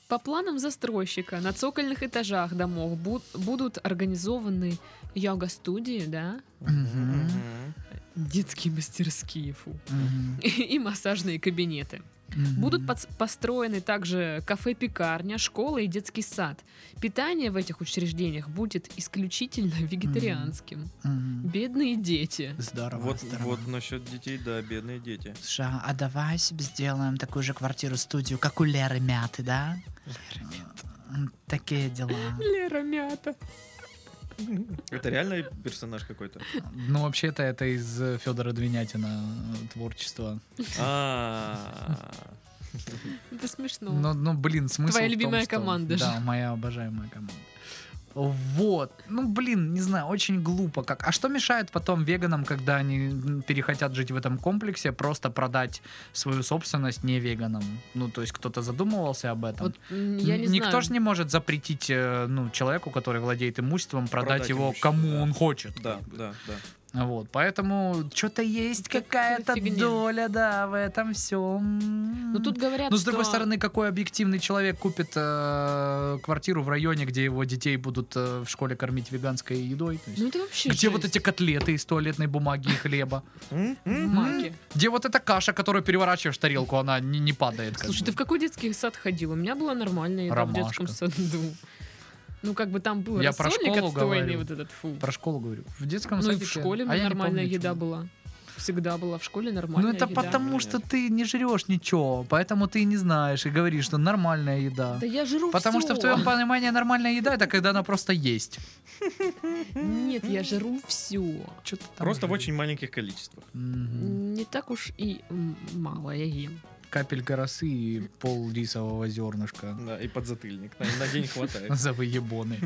Speaker 2: По планам застройщика на цокольных этажах домов бу- будут организованы йога-студии, да?
Speaker 1: Мгм.
Speaker 3: Мгм.
Speaker 2: Детские мастерские, фу.
Speaker 1: Мгм.
Speaker 2: И массажные кабинеты.
Speaker 1: Мгм.
Speaker 2: Будут подс- построены также кафе-пекарня, школа и детский сад. Питание в этих учреждениях будет исключительно вегетарианским.
Speaker 1: Мгм.
Speaker 2: Бедные дети.
Speaker 1: Здорово,
Speaker 3: Вот,
Speaker 1: здорово.
Speaker 3: вот насчет детей, да, бедные дети.
Speaker 1: Слушай, а давай себе сделаем такую же квартиру-студию, как у Леры Мяты, да? М, Такие дела.
Speaker 2: Лера мята.
Speaker 3: Это реально персонаж какой-то.
Speaker 1: Ну, вообще-то, это из Федора Двинятина э, творчества.
Speaker 3: А.
Speaker 2: Это смешно.
Speaker 1: Ну, ну, блин, смысл
Speaker 2: Твоя
Speaker 1: в том,
Speaker 2: любимая
Speaker 1: что-
Speaker 2: команда же.
Speaker 1: Да, моя обожаемая команда. Вот. Ну, блин, не знаю, очень глупо как. А что мешает потом веганам, когда они м, перехотят жить в этом комплексе, просто продать свою собственность не веганам? Ну, то есть кто-то задумывался об этом?
Speaker 2: Вот м, я не
Speaker 1: Н- Никто
Speaker 2: знаю.
Speaker 1: же не может запретить э, ну, человеку, который владеет имуществом, продать,
Speaker 3: Продать
Speaker 1: его
Speaker 3: имущество,
Speaker 1: кому
Speaker 3: да.
Speaker 1: он хочет.
Speaker 3: Да, да, да.
Speaker 1: Вот, поэтому что-то есть
Speaker 2: Как-
Speaker 1: какая-то
Speaker 2: фигня.
Speaker 1: доля, да, в этом всем.
Speaker 2: Но тут говорят,
Speaker 1: Но Ну, с другой
Speaker 2: что-
Speaker 1: стороны, какой объективный человек купит э, квартиру в районе, где его детей будут э, в школе кормить веганской едой? То есть,
Speaker 2: Ну это вообще
Speaker 1: где вот
Speaker 2: жесть.
Speaker 1: эти котлеты из туалетной бумаги и хлеба?
Speaker 3: М? М?
Speaker 2: маки?
Speaker 1: Где вот эта каша, которую переворачиваешь в тарелку, она не, не падает? как
Speaker 2: Слушай,
Speaker 1: бы?
Speaker 2: ты в какой детский сад ходил? У меня была нормальная еда в детском саду. Ну, как бы там был
Speaker 1: Я про
Speaker 2: рассольник
Speaker 1: школу
Speaker 2: отстойный,
Speaker 1: говорю.
Speaker 2: вот этот фу.
Speaker 1: Про школу говорю. В детском
Speaker 2: Ну и в
Speaker 1: садике-
Speaker 2: школе у
Speaker 1: А я не
Speaker 2: меня нормальная
Speaker 1: помню,
Speaker 2: еда
Speaker 1: чего.
Speaker 2: была. Всегда была в школе
Speaker 1: Ну
Speaker 2: нормальная
Speaker 1: это
Speaker 2: еда.
Speaker 1: потому, что ты не жрешь ничего, поэтому ты и не знаешь и говоришь, что нормальная еда.
Speaker 2: Да я жру
Speaker 1: Потому
Speaker 2: всё.
Speaker 1: что в твоем понимании нормальная еда это когда она просто есть.
Speaker 2: Нет, я жру все.
Speaker 1: Чё ты там
Speaker 3: Просто в
Speaker 1: жрёшь?
Speaker 3: очень маленьких количествах.
Speaker 1: Мгм.
Speaker 2: Не так уж и м, мало я ем.
Speaker 1: Капелька росы и пол рисового зернышка.
Speaker 3: Да, и подзатыльник. На, на день хватает.
Speaker 1: За выебоны.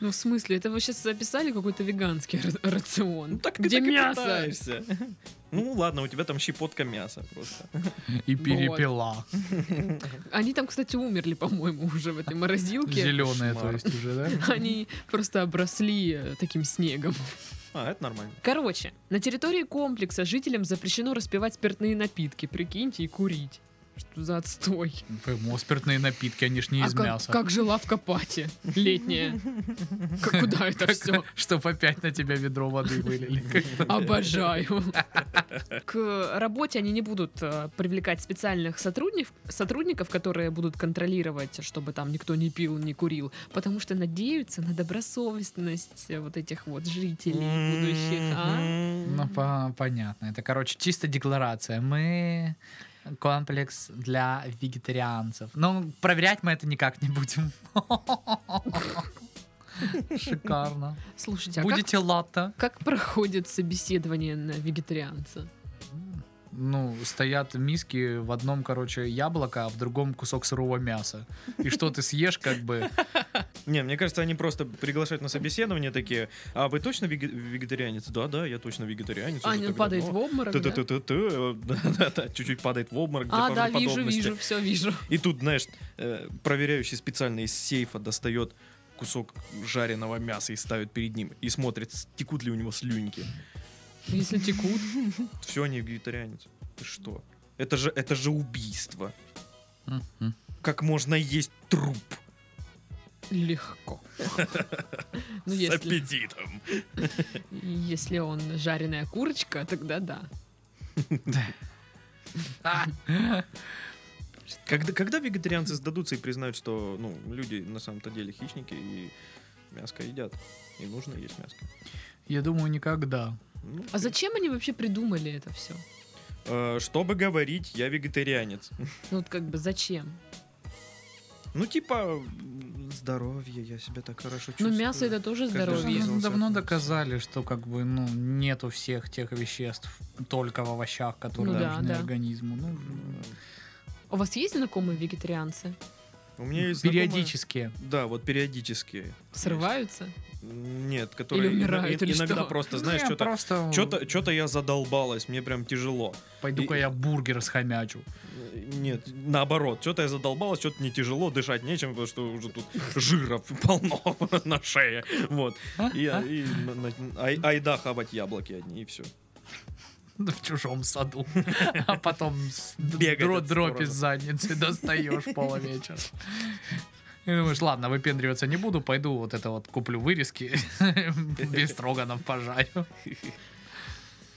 Speaker 2: Ну, в смысле, это вы сейчас записали какой-то веганский ра- рацион?
Speaker 3: Ну так ты
Speaker 2: Где
Speaker 3: так и
Speaker 2: мясо?
Speaker 3: пытаешься. Ну ладно, у тебя там щепотка мяса просто.
Speaker 1: И перепела.
Speaker 2: Они там, кстати, умерли, по-моему, уже в этой
Speaker 1: Ну,
Speaker 2: морозилке.
Speaker 1: Зеленая, то
Speaker 3: Кошмар.
Speaker 1: есть уже, да?
Speaker 2: Они просто обросли э, таким снегом.
Speaker 3: А, это нормально.
Speaker 2: Короче, на территории комплекса жителям запрещено распивать спиртные напитки, прикиньте, и курить. Что за отстой?
Speaker 1: Поэтому Спиртные напитки, они ж не
Speaker 2: А
Speaker 1: из
Speaker 2: как,
Speaker 1: мяса.
Speaker 2: как же лавка пати летняя? К- Куда это все?
Speaker 1: Чтоб опять на тебя ведро воды вылили.
Speaker 2: Обожаю. К работе они не будут э, привлекать специальных сотрудников, сотрудников, которые будут контролировать, чтобы там никто не пил, не курил, потому что надеются на добросовестность э, вот этих вот жителей будущих. а?
Speaker 1: Ну, по- понятно. Это, короче, чисто декларация. Мы комплекс для вегетарианцев. Ну, проверять мы это никак не будем. Шикарно.
Speaker 2: Слушайте, а как,
Speaker 1: Будете латта?
Speaker 2: как проходит собеседование на вегетарианца?
Speaker 1: Ну, стоят миски в одном, короче, яблоко, а в другом кусок сырого мяса. И что ты съешь, как бы...
Speaker 3: Не, мне кажется, они просто приглашают на собеседование такие. А вы точно веге- вегетарианец? Да, да, я точно вегетарианец. уже
Speaker 2: Аня
Speaker 3: так
Speaker 2: А, падает
Speaker 1: Ну,
Speaker 2: в
Speaker 3: давно».
Speaker 2: обморок. да?
Speaker 3: Ту-ту-ту-ту, да-да-да, Чуть-чуть падает в обморок. для
Speaker 2: А, да, вижу,
Speaker 3: правдоподобности.
Speaker 2: вижу, все вижу.
Speaker 3: И тут, знаешь, э, проверяющий специально из сейфа достает кусок жареного мяса и ставит перед ним. И смотрит, текут ли у него слюньки.
Speaker 2: Если текут.
Speaker 3: Все, не вегетарианец. Ты что? Это же, это же убийство.
Speaker 1: Мгм.
Speaker 3: Как можно есть труп
Speaker 2: Легко.
Speaker 3: с
Speaker 2: Ну, если,
Speaker 3: аппетитом?
Speaker 2: если он жареная курочка, тогда да. А
Speaker 3: Когда, когда вегетарианцы сдадутся и признают, что ну, люди на самом-то деле хищники и мяско едят. И нужно есть мяско.
Speaker 1: Я думаю, никогда.
Speaker 3: Ну,
Speaker 2: А зачем они вообще придумали это все?
Speaker 3: э, чтобы говорить, я вегетарианец.
Speaker 2: Ну, вот как бы зачем?
Speaker 3: Ну, типа, м, здоровье, я себя так хорошо
Speaker 2: Ну,
Speaker 3: чувствую.
Speaker 2: мясо это тоже
Speaker 3: Каждый раз.
Speaker 2: здоровье.
Speaker 1: Ну,
Speaker 3: Врезался.
Speaker 1: Давно доказали, что как бы ну нету всех тех веществ только в овощах, которые
Speaker 2: Ну да,
Speaker 1: нужны
Speaker 2: да.
Speaker 1: организму. Ну,
Speaker 2: У вас есть знакомые вегетарианцы?
Speaker 3: У меня есть знакомая-
Speaker 1: периодически.
Speaker 3: Да, вот периодически.
Speaker 2: Срываются?
Speaker 3: Нет, которые
Speaker 2: Или умирают,
Speaker 3: ин-
Speaker 2: или
Speaker 3: иногда
Speaker 2: что?
Speaker 3: просто, знаешь,
Speaker 1: Не,
Speaker 3: что-то...
Speaker 1: Ну, просто
Speaker 3: Что-то, что-то я задолбалась, мне прям тяжело.
Speaker 1: пойду-ка
Speaker 3: и-
Speaker 1: я бургер схомячу.
Speaker 3: Э, Нет, наоборот, что-то я задолбалась, что-то мне тяжело, дышать нечем, потому что уже тут жира полно на шее. Вот. И,
Speaker 1: А?
Speaker 3: и на- на- ай- айда хавать яблоки одни, и все.
Speaker 1: В чужом саду. А потом с
Speaker 3: Бегать
Speaker 1: дро-
Speaker 3: от
Speaker 1: дробь из
Speaker 3: сторожа.
Speaker 1: задницы достаешь половечера. И думаешь, ладно, выпендриваться не буду, пойду вот это вот куплю вырезки, без строганов пожарю.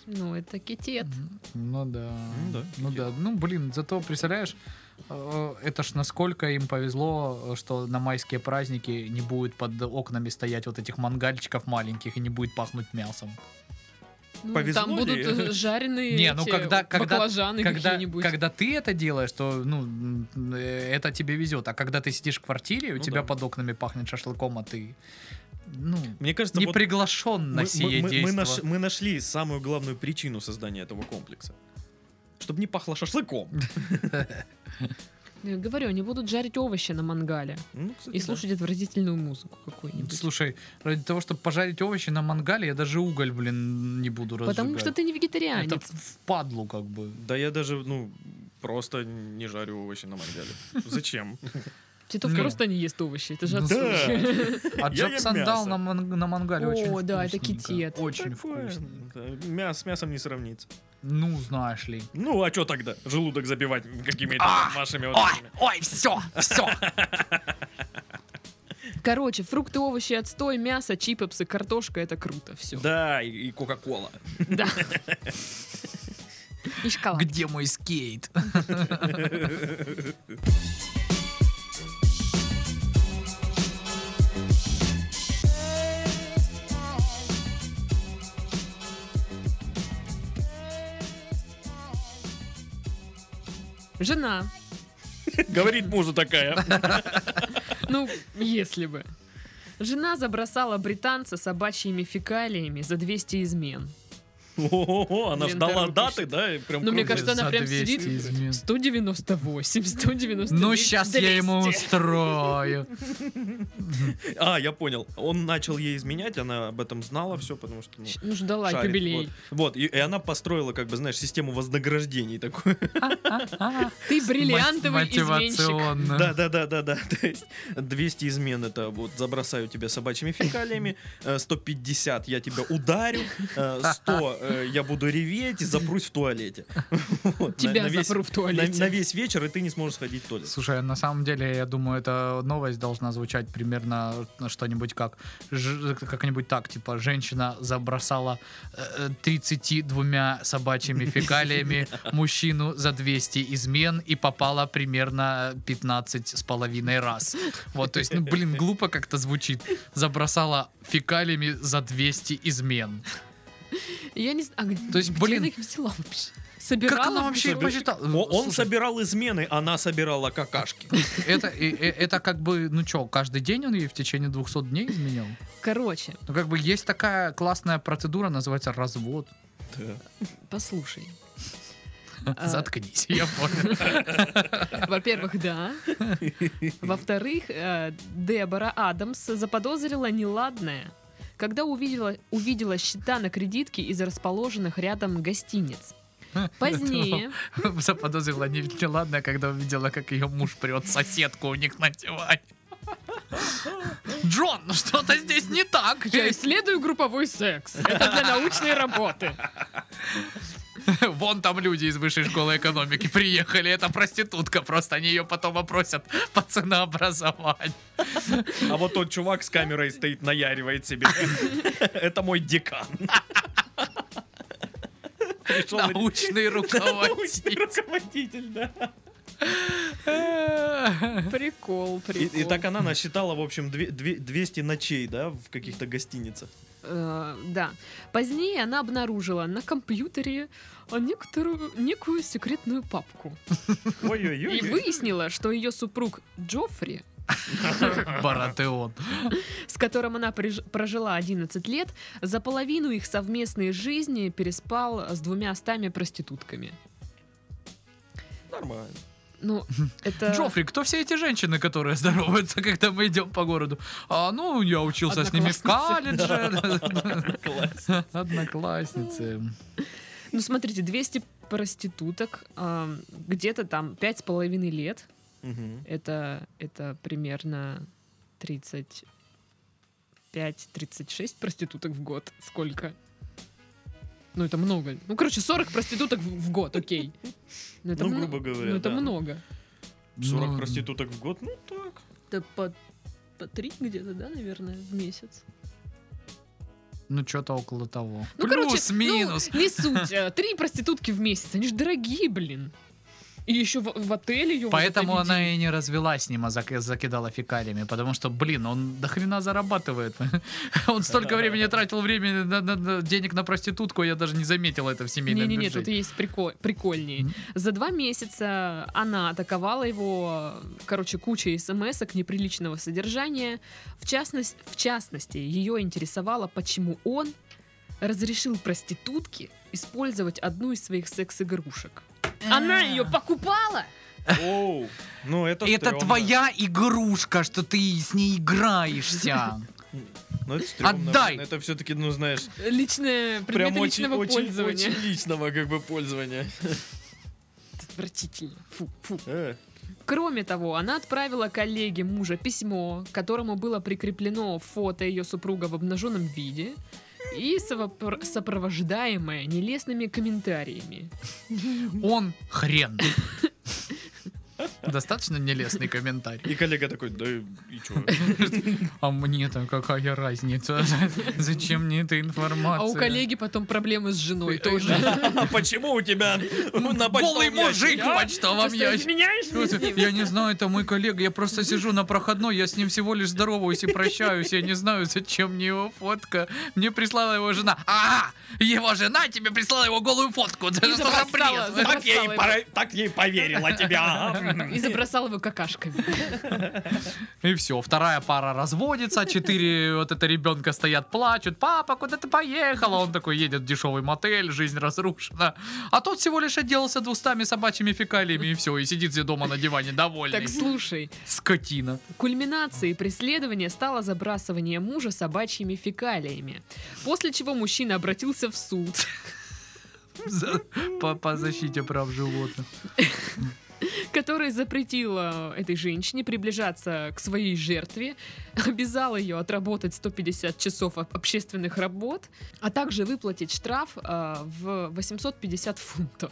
Speaker 2: Ну, это китет.
Speaker 1: Ну да.
Speaker 3: Ну да,
Speaker 1: Ну да. Ну блин, зато представляешь, э, это ж насколько им повезло, э, что на майские праздники не будет под окнами стоять вот этих мангальчиков маленьких и не будет пахнуть мясом.
Speaker 2: Ну,
Speaker 3: Повезло
Speaker 2: там будут
Speaker 3: ли?
Speaker 2: э, жареные
Speaker 1: Не, ну,
Speaker 2: эти
Speaker 1: когда- когда-
Speaker 2: баклажаны
Speaker 1: Когда,
Speaker 2: какие-нибудь.
Speaker 1: когда ты это делаешь, то ну, м, э, это тебе везет. А когда ты сидишь в квартире, у
Speaker 3: Ну
Speaker 1: тебя
Speaker 3: да.
Speaker 1: под окнами пахнет шашлыком, а ты ну,
Speaker 3: Мне кажется,
Speaker 1: не
Speaker 3: вот
Speaker 1: приглашен на
Speaker 3: мы-
Speaker 1: сие
Speaker 3: мы- мы- мы
Speaker 1: действо.
Speaker 3: наш- мы нашли самую главную причину создания этого комплекса. Чтобы не пахло шашлыком.
Speaker 2: Ну, Я говорю, они будут жарить овощи на мангале
Speaker 3: Ну, кстати,
Speaker 2: и
Speaker 3: да.
Speaker 2: слушать отвратительную музыку какую-нибудь.
Speaker 1: Слушай, ради того, чтобы пожарить овощи на мангале, я даже уголь, блин, не буду разжигать.
Speaker 2: Потому что ты не вегетарианец.
Speaker 1: Это в падлу как бы.
Speaker 3: Да я даже, ну, просто не жарю овощи на мангале. Зачем?
Speaker 2: Титов
Speaker 1: Не.
Speaker 2: просто не ест овощи, это же
Speaker 1: Ну
Speaker 2: отстой.
Speaker 1: А
Speaker 3: Я
Speaker 1: Джек
Speaker 3: ем
Speaker 1: сандал
Speaker 3: мясо.
Speaker 1: на, ман- на мангале
Speaker 2: О,
Speaker 1: очень вкусненько.
Speaker 2: да, это китет.
Speaker 1: Очень
Speaker 3: Такое,
Speaker 1: вкусно.
Speaker 3: да, мя- С мясом не сравнится.
Speaker 1: Ну, знаешь ли.
Speaker 3: Ну, а что тогда? Желудок забивать какими-то вашими вот этими.
Speaker 1: А! ой, все, все.
Speaker 2: Короче, фрукты, овощи, отстой, мясо, чипсы, картошка, это круто, все.
Speaker 3: Да, и, и Кока-Кола.
Speaker 2: Да. И шоколад.
Speaker 1: Где мой скейт?
Speaker 2: Жена.
Speaker 3: Говорит мужу такая.
Speaker 2: Ну, если бы. Жена забросала британца собачьими фекалиями за 200 измен.
Speaker 3: О, она
Speaker 2: Блин,
Speaker 3: ждала
Speaker 2: дорогу
Speaker 3: даты,
Speaker 2: пишет.
Speaker 3: да? и Прям
Speaker 2: Ну, мне
Speaker 3: круто.
Speaker 2: кажется, она
Speaker 1: За
Speaker 2: прям
Speaker 1: 200
Speaker 2: сидит.
Speaker 1: измен.
Speaker 2: 198, 190.
Speaker 1: Ну, сейчас я ему устрою.
Speaker 3: А, я понял. Он начал ей изменять, она об этом знала все, потому что... ну,
Speaker 2: Ну, ждала
Speaker 3: шарит,
Speaker 2: юбилей.
Speaker 3: Вот, Вот, и, и она построила, как бы, знаешь, систему вознаграждений такую.
Speaker 2: Ты бриллиантовый изменщик.
Speaker 1: Мотивационно.
Speaker 3: Да, да, да, да, да. То есть 200 измен это вот забросаю тебя собачьими фекалиями, э, 150 я тебя ударю, э, 100 э, я буду реветь и запрусь в туалете. Вот, на-
Speaker 2: Тебя
Speaker 3: на весь-
Speaker 2: запру в
Speaker 3: на,
Speaker 2: туалете.
Speaker 3: на весь вечер, и ты не сможешь сходить в туалет.
Speaker 1: Слушай, на самом деле, я думаю, эта новость должна звучать примерно на что-нибудь как ж- как-нибудь так, типа женщина забросала э, э, 32 собачьими фекалиями мужчину за 200 измен и попала примерно 15 с половиной раз. Вот, то есть, ну, блин, глупо как-то звучит. Забросала фекалиями за 200 измен.
Speaker 2: Я не знаю, а где-
Speaker 1: То есть,
Speaker 2: где
Speaker 1: блин,
Speaker 2: она их взяла вообще? Собирала?
Speaker 1: Как она вообще
Speaker 2: где-то?
Speaker 1: их посчитала?
Speaker 3: О- Он
Speaker 1: Слушай,
Speaker 3: собирал измены, она собирала какашки.
Speaker 1: это, э, э, это как бы, ну чё, каждый день он ее в течение 200 дней изменял?
Speaker 2: Короче,
Speaker 1: Ну, как бы есть такая классная процедура, называется развод.
Speaker 3: Да.
Speaker 2: послушай. А,
Speaker 1: Заткнись, я понял.
Speaker 2: Во-первых, да. Во-вторых, э, Дебора Адамс заподозрила неладное, когда увидела, увидела счета на кредитке из расположенных рядом гостиниц.
Speaker 1: Ну.
Speaker 2: Позднее,
Speaker 1: Заподозрила не- неладное, когда увидела, как ее муж прет соседку у них на диване. Джон, ну что-то здесь не так.
Speaker 2: я исследую групповой секс. Это для научной работы.
Speaker 1: Вон там люди из высшей школы экономики приехали. Это проститутка, просто они ее потом опросят по ценообразованию.
Speaker 3: А вот тот чувак с камерой стоит, наяривает себе. Это мой декан. Пришел и-
Speaker 1: Научный
Speaker 3: Научный
Speaker 1: руководитель.
Speaker 3: руководитель, да.
Speaker 2: Прикол,
Speaker 3: И,
Speaker 2: прикол.
Speaker 3: и так она насчитала, в общем, две- две- 200 ночей, да, в каких-то гостиницах.
Speaker 2: Э, да. Позднее она обнаружила на компьютере э, некоторую, некую секретную папку. И
Speaker 3: Ой-ой-ой.
Speaker 2: выяснила, что ее супруг Джоффри,
Speaker 1: Баратеон.
Speaker 2: с которым она приж- прожила 11 лет, за половину их совместной жизни переспал с двумя стами проститутками.
Speaker 3: Нормально.
Speaker 2: Ну, это...
Speaker 1: Джоффри, кто все эти женщины, которые здороваются, когда мы идем по городу? А, ну, я учился с ними в колледже.
Speaker 3: Класс.
Speaker 1: Одноклассницы.
Speaker 2: Ну, смотрите, 200 проституток, эм, где-то там пять с половиной лет.
Speaker 3: Мгм.
Speaker 2: Это, это примерно 35-36 проституток в год. Сколько? Ну, это много. Ну, короче, 40 проституток в, в год, окей. Ну,
Speaker 3: Ну,
Speaker 2: мно-
Speaker 3: грубо говоря,
Speaker 2: Ну,
Speaker 3: да.
Speaker 2: это много.
Speaker 3: 40
Speaker 1: Ну,
Speaker 3: проституток в год, ну так.
Speaker 2: Это по, по 3 где-то, да, наверное, в месяц.
Speaker 1: Ну, что-то около того.
Speaker 2: Ну, короче, ну,
Speaker 1: Плюс-минус.
Speaker 2: не суть. э, Три проститутки в месяц. Они же дорогие, блин. И еще в, в отеле ее
Speaker 1: Поэтому она и не развелась с ним, а зак- закидала фекалиями, потому что, блин, он до хрена зарабатывает. Он столько времени тратил времени на- на- на- денег на проститутку, я даже не заметил это в семейном
Speaker 2: Не-не-не, тут
Speaker 1: бюджете.
Speaker 2: есть прикол, прикольнее.
Speaker 1: М.
Speaker 2: За два месяца она атаковала его, короче, кучей смс неприличного содержания. В, частность, в частности, ее интересовало, почему он разрешил проститутке использовать одну из своих секс-игрушек. Она ее покупала?
Speaker 3: Оу. Ну это
Speaker 1: Это
Speaker 3: стрёмно.
Speaker 1: твоя игрушка, что ты с ней играешься.
Speaker 3: Ну это стрёмно.
Speaker 1: Отдай!
Speaker 3: Это все-таки, ну знаешь,
Speaker 2: Личное, предметы
Speaker 3: прям очень,
Speaker 2: личного
Speaker 3: очень,
Speaker 2: пользования.
Speaker 3: очень личного как бы пользования.
Speaker 2: Отвратительно. Фу, фу.
Speaker 3: Э.
Speaker 2: Кроме того, она отправила коллеге мужа письмо, к которому было прикреплено фото ее супруга в обнаженном виде и совопр- сопровождаемое нелестными комментариями.
Speaker 1: Он хрен. Достаточно нелестный комментарий.
Speaker 3: И коллега такой, да и и чё?
Speaker 1: А мне-то какая разница? Зачем мне эта информация?
Speaker 2: А у коллеги потом проблемы с женой тоже.
Speaker 3: А почему у тебя
Speaker 1: Ну,
Speaker 3: на
Speaker 1: Голый
Speaker 3: почтовом
Speaker 1: мужик
Speaker 3: ящике,
Speaker 1: в
Speaker 3: а?
Speaker 1: почтовом ящике.
Speaker 3: Ну,
Speaker 1: Я не знаю, это мой коллега, я просто сижу на проходной, я с ним всего лишь здороваюсь и прощаюсь, я не знаю, зачем мне его фотка. Мне прислала его жена. Ага, его жена тебе прислала его голую фотку. Это что за
Speaker 2: забросала,
Speaker 1: бред?
Speaker 3: Так я и
Speaker 2: Красава
Speaker 3: пора- так я и поверила а. тебя. ага.
Speaker 2: И забросал его какашками.
Speaker 1: И все, вторая пара разводится, четыре вот это ребенка стоят, плачут, папа, куда ты поехала? Он такой едет в дешевый мотель, жизнь разрушена. А тот всего лишь отделался двустами собачьими фекалиями и все, и сидит себе дома на диване довольный.
Speaker 2: Так слушай,
Speaker 1: Скотина.
Speaker 2: Кульминацией преследования стало забрасывание мужа собачьими фекалиями, после чего мужчина обратился в суд.
Speaker 1: За- По, по защите прав животных.
Speaker 2: которая запретила этой женщине приближаться к своей жертве, обязала ее отработать 150 часов об- общественных работ, а также выплатить штраф э, в 850 фунтов.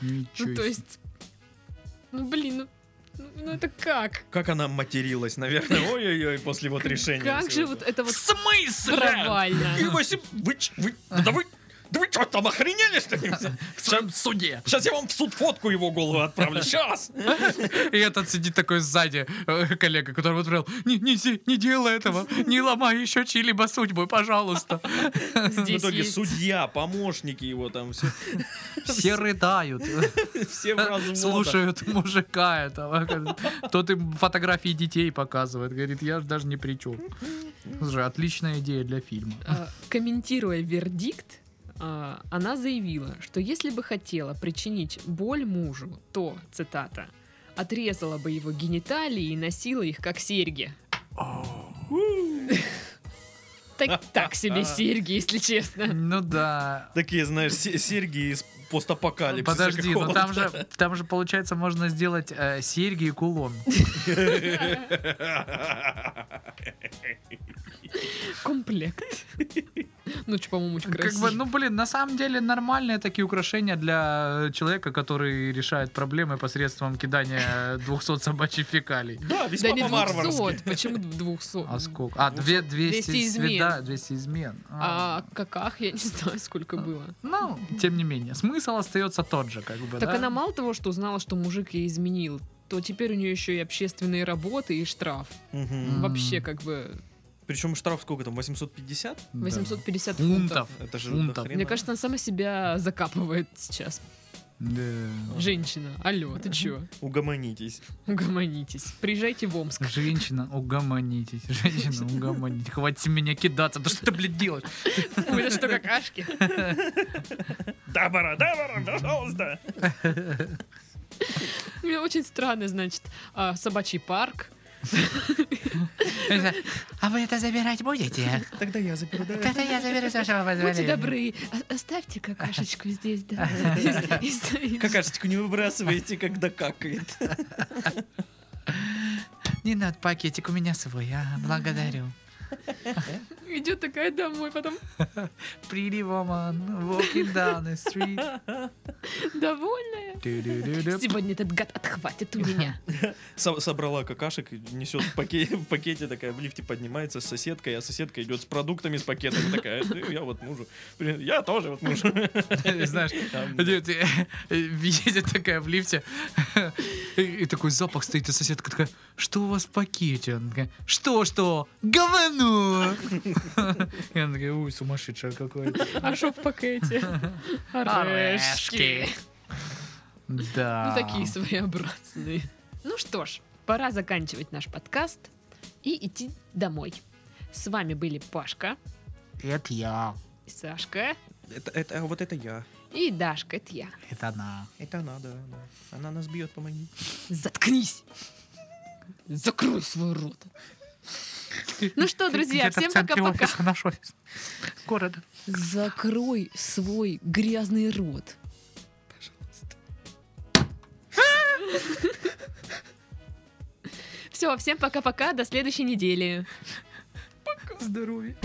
Speaker 1: Ничего
Speaker 2: Ну, то
Speaker 1: себе.
Speaker 2: есть, ну блин, ну, ну, ну это как?
Speaker 3: Как она материлась, наверное, ой-ой-ой, после вот решения.
Speaker 2: Как
Speaker 3: всего
Speaker 2: же
Speaker 3: этого.
Speaker 2: вот это
Speaker 3: В
Speaker 2: вот
Speaker 3: смысле?
Speaker 2: провально?
Speaker 3: И восемь- Вы, ч- вы, да вы, да вы что, там охренели, что ли?
Speaker 1: В своем суде.
Speaker 3: Сейчас я вам в суд фотку его голову отправлю. Сейчас!
Speaker 1: И этот сидит такой сзади, э, коллега, который вот прям, не, не, си- не делай этого, не ломай еще чьи-либо судьбы, пожалуйста.
Speaker 3: В
Speaker 2: Здесь
Speaker 3: итоге
Speaker 2: есть.
Speaker 3: судья, помощники его там все,
Speaker 1: Все рыдают,
Speaker 3: все в разводах.
Speaker 1: слушают мужика этого. Тот им фотографии детей показывает, говорит, я ж даже не при чем. Слушай, отличная идея для фильма.
Speaker 2: Э, комментируя вердикт, э, она заявила, что если бы хотела причинить боль мужу, то, цитата, отрезала бы его гениталии и носила их как серьги. Так, так себе серьги, если честно.
Speaker 1: Ну да.
Speaker 3: Такие, знаешь, се- серьги из постапокалипсиса.
Speaker 1: Подожди, ну
Speaker 3: какого-то.
Speaker 1: там же, там же, получается, можно сделать э, серьги и кулон.
Speaker 2: Комплект. Ну, что, по-моему, очень
Speaker 1: Как бы,
Speaker 2: красиво.
Speaker 1: ну блин, на самом деле нормальные такие украшения для э, человека, который решает проблемы посредством кидания э, 200 собачьих фекалий.
Speaker 3: Да,
Speaker 2: Да
Speaker 3: весьма
Speaker 2: не
Speaker 3: по-варварски.
Speaker 2: 200, почему 200?
Speaker 1: А сколько? А, две- 200,
Speaker 2: 200 измен.
Speaker 1: свида- 200 измен.
Speaker 2: А
Speaker 1: А,
Speaker 2: о каках я не знаю, сколько было.
Speaker 1: Ну, тем не менее, смысл остается тот же, как бы.
Speaker 2: Так
Speaker 1: Типа, да?
Speaker 2: она мало того, что узнала, что мужик ей изменил, то теперь у нее еще и общественные работы и штраф.
Speaker 1: М.
Speaker 2: Вообще как бы
Speaker 3: Причем штраф сколько там, 850?
Speaker 1: Да.
Speaker 2: 850
Speaker 1: Фунтов. ну.
Speaker 2: фунтов.
Speaker 3: Это же
Speaker 1: Фунтов.
Speaker 3: до хрена.
Speaker 2: Мне кажется, она сама себя закапывает сейчас.
Speaker 1: Да.
Speaker 2: Женщина, алло, ты чё?
Speaker 3: Угомонитесь.
Speaker 2: Угомонитесь. Приезжайте в Омск.
Speaker 1: Женщина, угомонитесь. Женщина, угомонитесь. Хватит меня кидаться. Да что ты, блядь, делаешь?
Speaker 2: Ой, это что, какашки?
Speaker 3: Дабара, дабара, пожалуйста.
Speaker 2: У меня очень странно, значит, а, собачий парк.
Speaker 1: А вы это забирать будете?
Speaker 3: Тогда я заберу, да?
Speaker 1: Это я заберу с вашего
Speaker 2: Будьте
Speaker 1: позволения.
Speaker 2: добры, о- оставьте какашечку здесь, да. И стоит.
Speaker 3: Какашечку не выбрасывайте, когда какает.
Speaker 1: Не надо пакетик, у меня свой, а, благодарю.
Speaker 2: Идет такая домой, потом
Speaker 1: Pretty woman, walking down the street.
Speaker 2: довольная.
Speaker 1: Тю-дю-дю-дю.
Speaker 2: Сегодня этот гад отхватит у меня.
Speaker 3: Со- собрала какашек, и несет в пакете, в пакете такая, в лифте поднимается с соседкой, а соседка идет с продуктами, с пакетами такая, «Э, я вот мужу. Блин, Я тоже вот мужу.
Speaker 1: Знаешь,
Speaker 3: Там,
Speaker 1: идет, э, э, едет такая в лифте, и и такой запах стоит, и соседка такая, что у вас в пакете? Она такая, что-что? Говно! И она такая, ой, сумасшедшая какой-то.
Speaker 2: А шо в пакете? Орешки. Ну,
Speaker 1: Да.
Speaker 2: такие своеобразные. Ну что ж, пора заканчивать наш подкаст и идти домой. С вами были Пашка,
Speaker 1: Это я,
Speaker 2: и Сашка
Speaker 3: Это, это, вот это я.
Speaker 2: и Дашка, это я.
Speaker 1: это она.
Speaker 3: Это она, да. Она нас бьет, помоги.
Speaker 2: Заткнись! Закрой свой рот! Ну что, друзья,
Speaker 1: Где-то в
Speaker 2: всем
Speaker 1: центре
Speaker 2: пока-пока.
Speaker 1: офиса, Наш офис города.
Speaker 2: Закрой свой грязный рот. Пожалуйста. Все, всем пока-пока, до следующей недели.
Speaker 1: Здоровье.